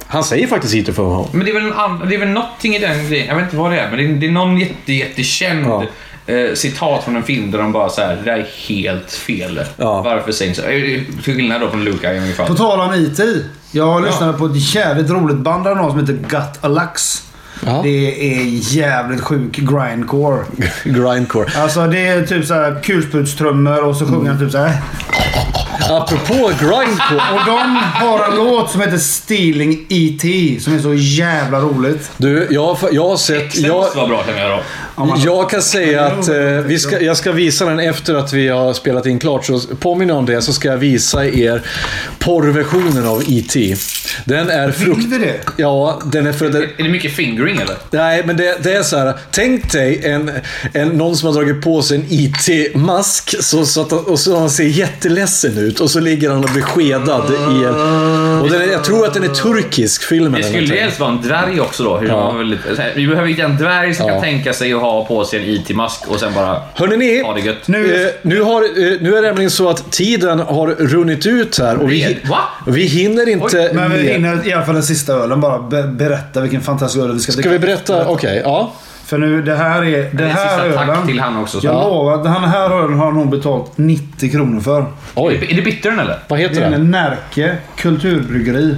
S4: Han säger faktiskt inte från honom.
S5: men det är, väl en annan, det är väl någonting i den grejen. Jag vet inte vad det är, men det är, det är någon jätte, jättekänd eh, citat från en film där de bara så här, det där är helt fel.
S4: Ja.
S5: Varför säger ni så? Eh, Till skillnad då från Luca i alla
S2: På
S5: fall.
S2: tal om IT. Jag lyssnade på ett jävligt roligt band där någon som heter Gut Alax.
S4: Ja.
S2: Det är jävligt sjuk grindcore.
S4: Grindcore.
S2: Alltså det är typ såhär kulsprutstrummor och så sjunger han typ såhär.
S4: Apropå grindcore.
S2: Och de har en låt som heter Stealing E.T. som är så jävla roligt.
S4: Du, jag, har- jag har sett...
S5: Det
S4: Jag,
S5: måste vara bra kan jag då.
S2: Om man-
S4: Jag kan säga att eh, vi ska, jag ska visa den efter att vi har spelat in klart. Så påminn om det så ska jag visa er porrversionen av E.T. Den är frukt...
S2: Vill vi det?
S4: Ja, den är för... Den,
S5: Är det mycket fingering eller?
S4: nej, men det, det är så här. Tänk dig en, en, någon som har dragit på sig en IT-mask så, så att, han- och så han ser jätteledsen ut och så ligger han och blir skedad i en... Och den är, jag tror att den är turkisk, filmen.
S5: Det
S4: eller
S5: skulle
S4: någonting.
S5: ju helst vara en dvärg också då. Hur
S4: Ja.
S5: man väl lite, så här, vi behöver inte en dvärg som
S4: Ja.
S5: kan tänka sig att ha på sig en IT-mask och sen bara
S4: Hörrni ni,
S5: ha det gött.
S4: nu, eh, nu, har, eh, nu är det nämligen så att tiden har runnit ut här och vi,
S5: Va?
S4: vi hinner inte
S2: Men vi
S4: mer.
S2: hinner i alla fall den sista ölen bara be, berätta vilken fantastisk öl vi ska
S4: Ska vi berätta? Okej, ja.
S2: För nu, det här är... Det
S5: En
S2: här
S5: sista tack
S2: ölen...
S5: till han också.
S2: Jag
S5: Ja.
S2: lovar, att den här ölen har nog betalt 90 kronor för.
S4: Oj,
S5: Är det bittern eller?
S4: vad
S2: Det
S4: heter
S2: är
S4: den?
S2: en Närke Kulturbryggeri.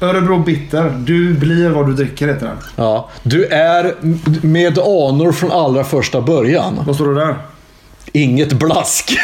S2: Örebro Bitter. Du blir vad du dricker heter den.
S4: Ja. Du är m- med anor från allra första början.
S2: Vad står det där?
S4: Inget blask.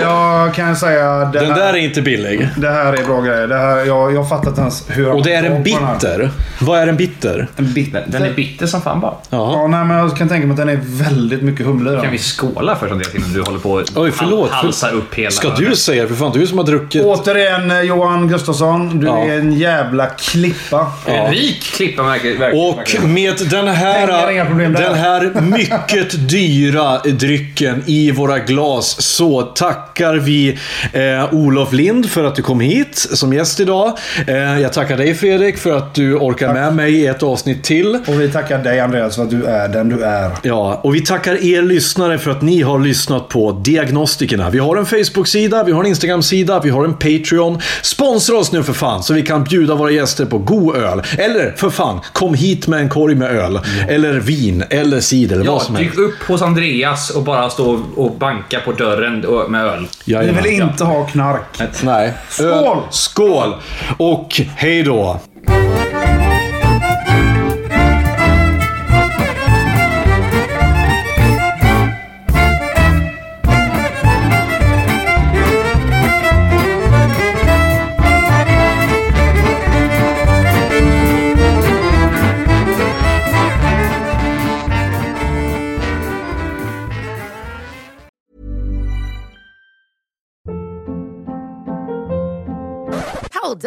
S2: Jag kan säga... Det,
S4: Den
S2: här,
S4: där är inte billig.
S2: det här är bra grejer. Det här, jag, jag har fattat ens hur...
S4: Och det är en
S2: på den här.
S4: bitter. Vad är en bitter?
S2: En bitter.
S5: Den är bitter som fan bara.
S4: Ja.
S2: Ja, nej, men jag kan tänka mig att den är väldigt mycket humle i den.
S5: Kan vi skåla för sånt innan du håller på och
S4: Oj, förlåt.
S5: hal- halsar upp hela...
S4: Ska du säga för fan, du som har druckit...
S2: Återigen eh, Johan Gustafsson, du
S4: Ja.
S2: är en jävla klippa.
S5: En rik klippa märker verkligen.
S4: Och med den
S2: Pengar, inga
S4: här,
S2: problem där.
S4: den här mycket dyra drycken i våra glas så tackar vi eh, Olof Lind för att du kom hit som gäst idag. Eh, jag tackar dig Fredrik för att du orkar med mig i ett avsnitt till.
S2: Och vi tackar dig Andreas för att du är den du är.
S4: Ja, och vi tackar er lyssnare för att ni har lyssnat på Diagnostikerna. Vi har en Facebook-sida, vi har en Instagram-sida, vi har en Patreon. Sponsra oss nu för fan, så vi kan bjuda våra gäster på god öl. Eller för fan, kom hit med en korg med öl. Eller vin, eller cider, eller vad
S5: Ja,
S4: som helst.
S5: dyk upp hos Andreas och bara stå och banka på dörren och- med öl.
S2: Vi
S4: Jajamän.
S2: vill inte ha knark.
S4: Nej.
S2: Skål!
S4: Öl, skål! Och hej då!
S1: Hold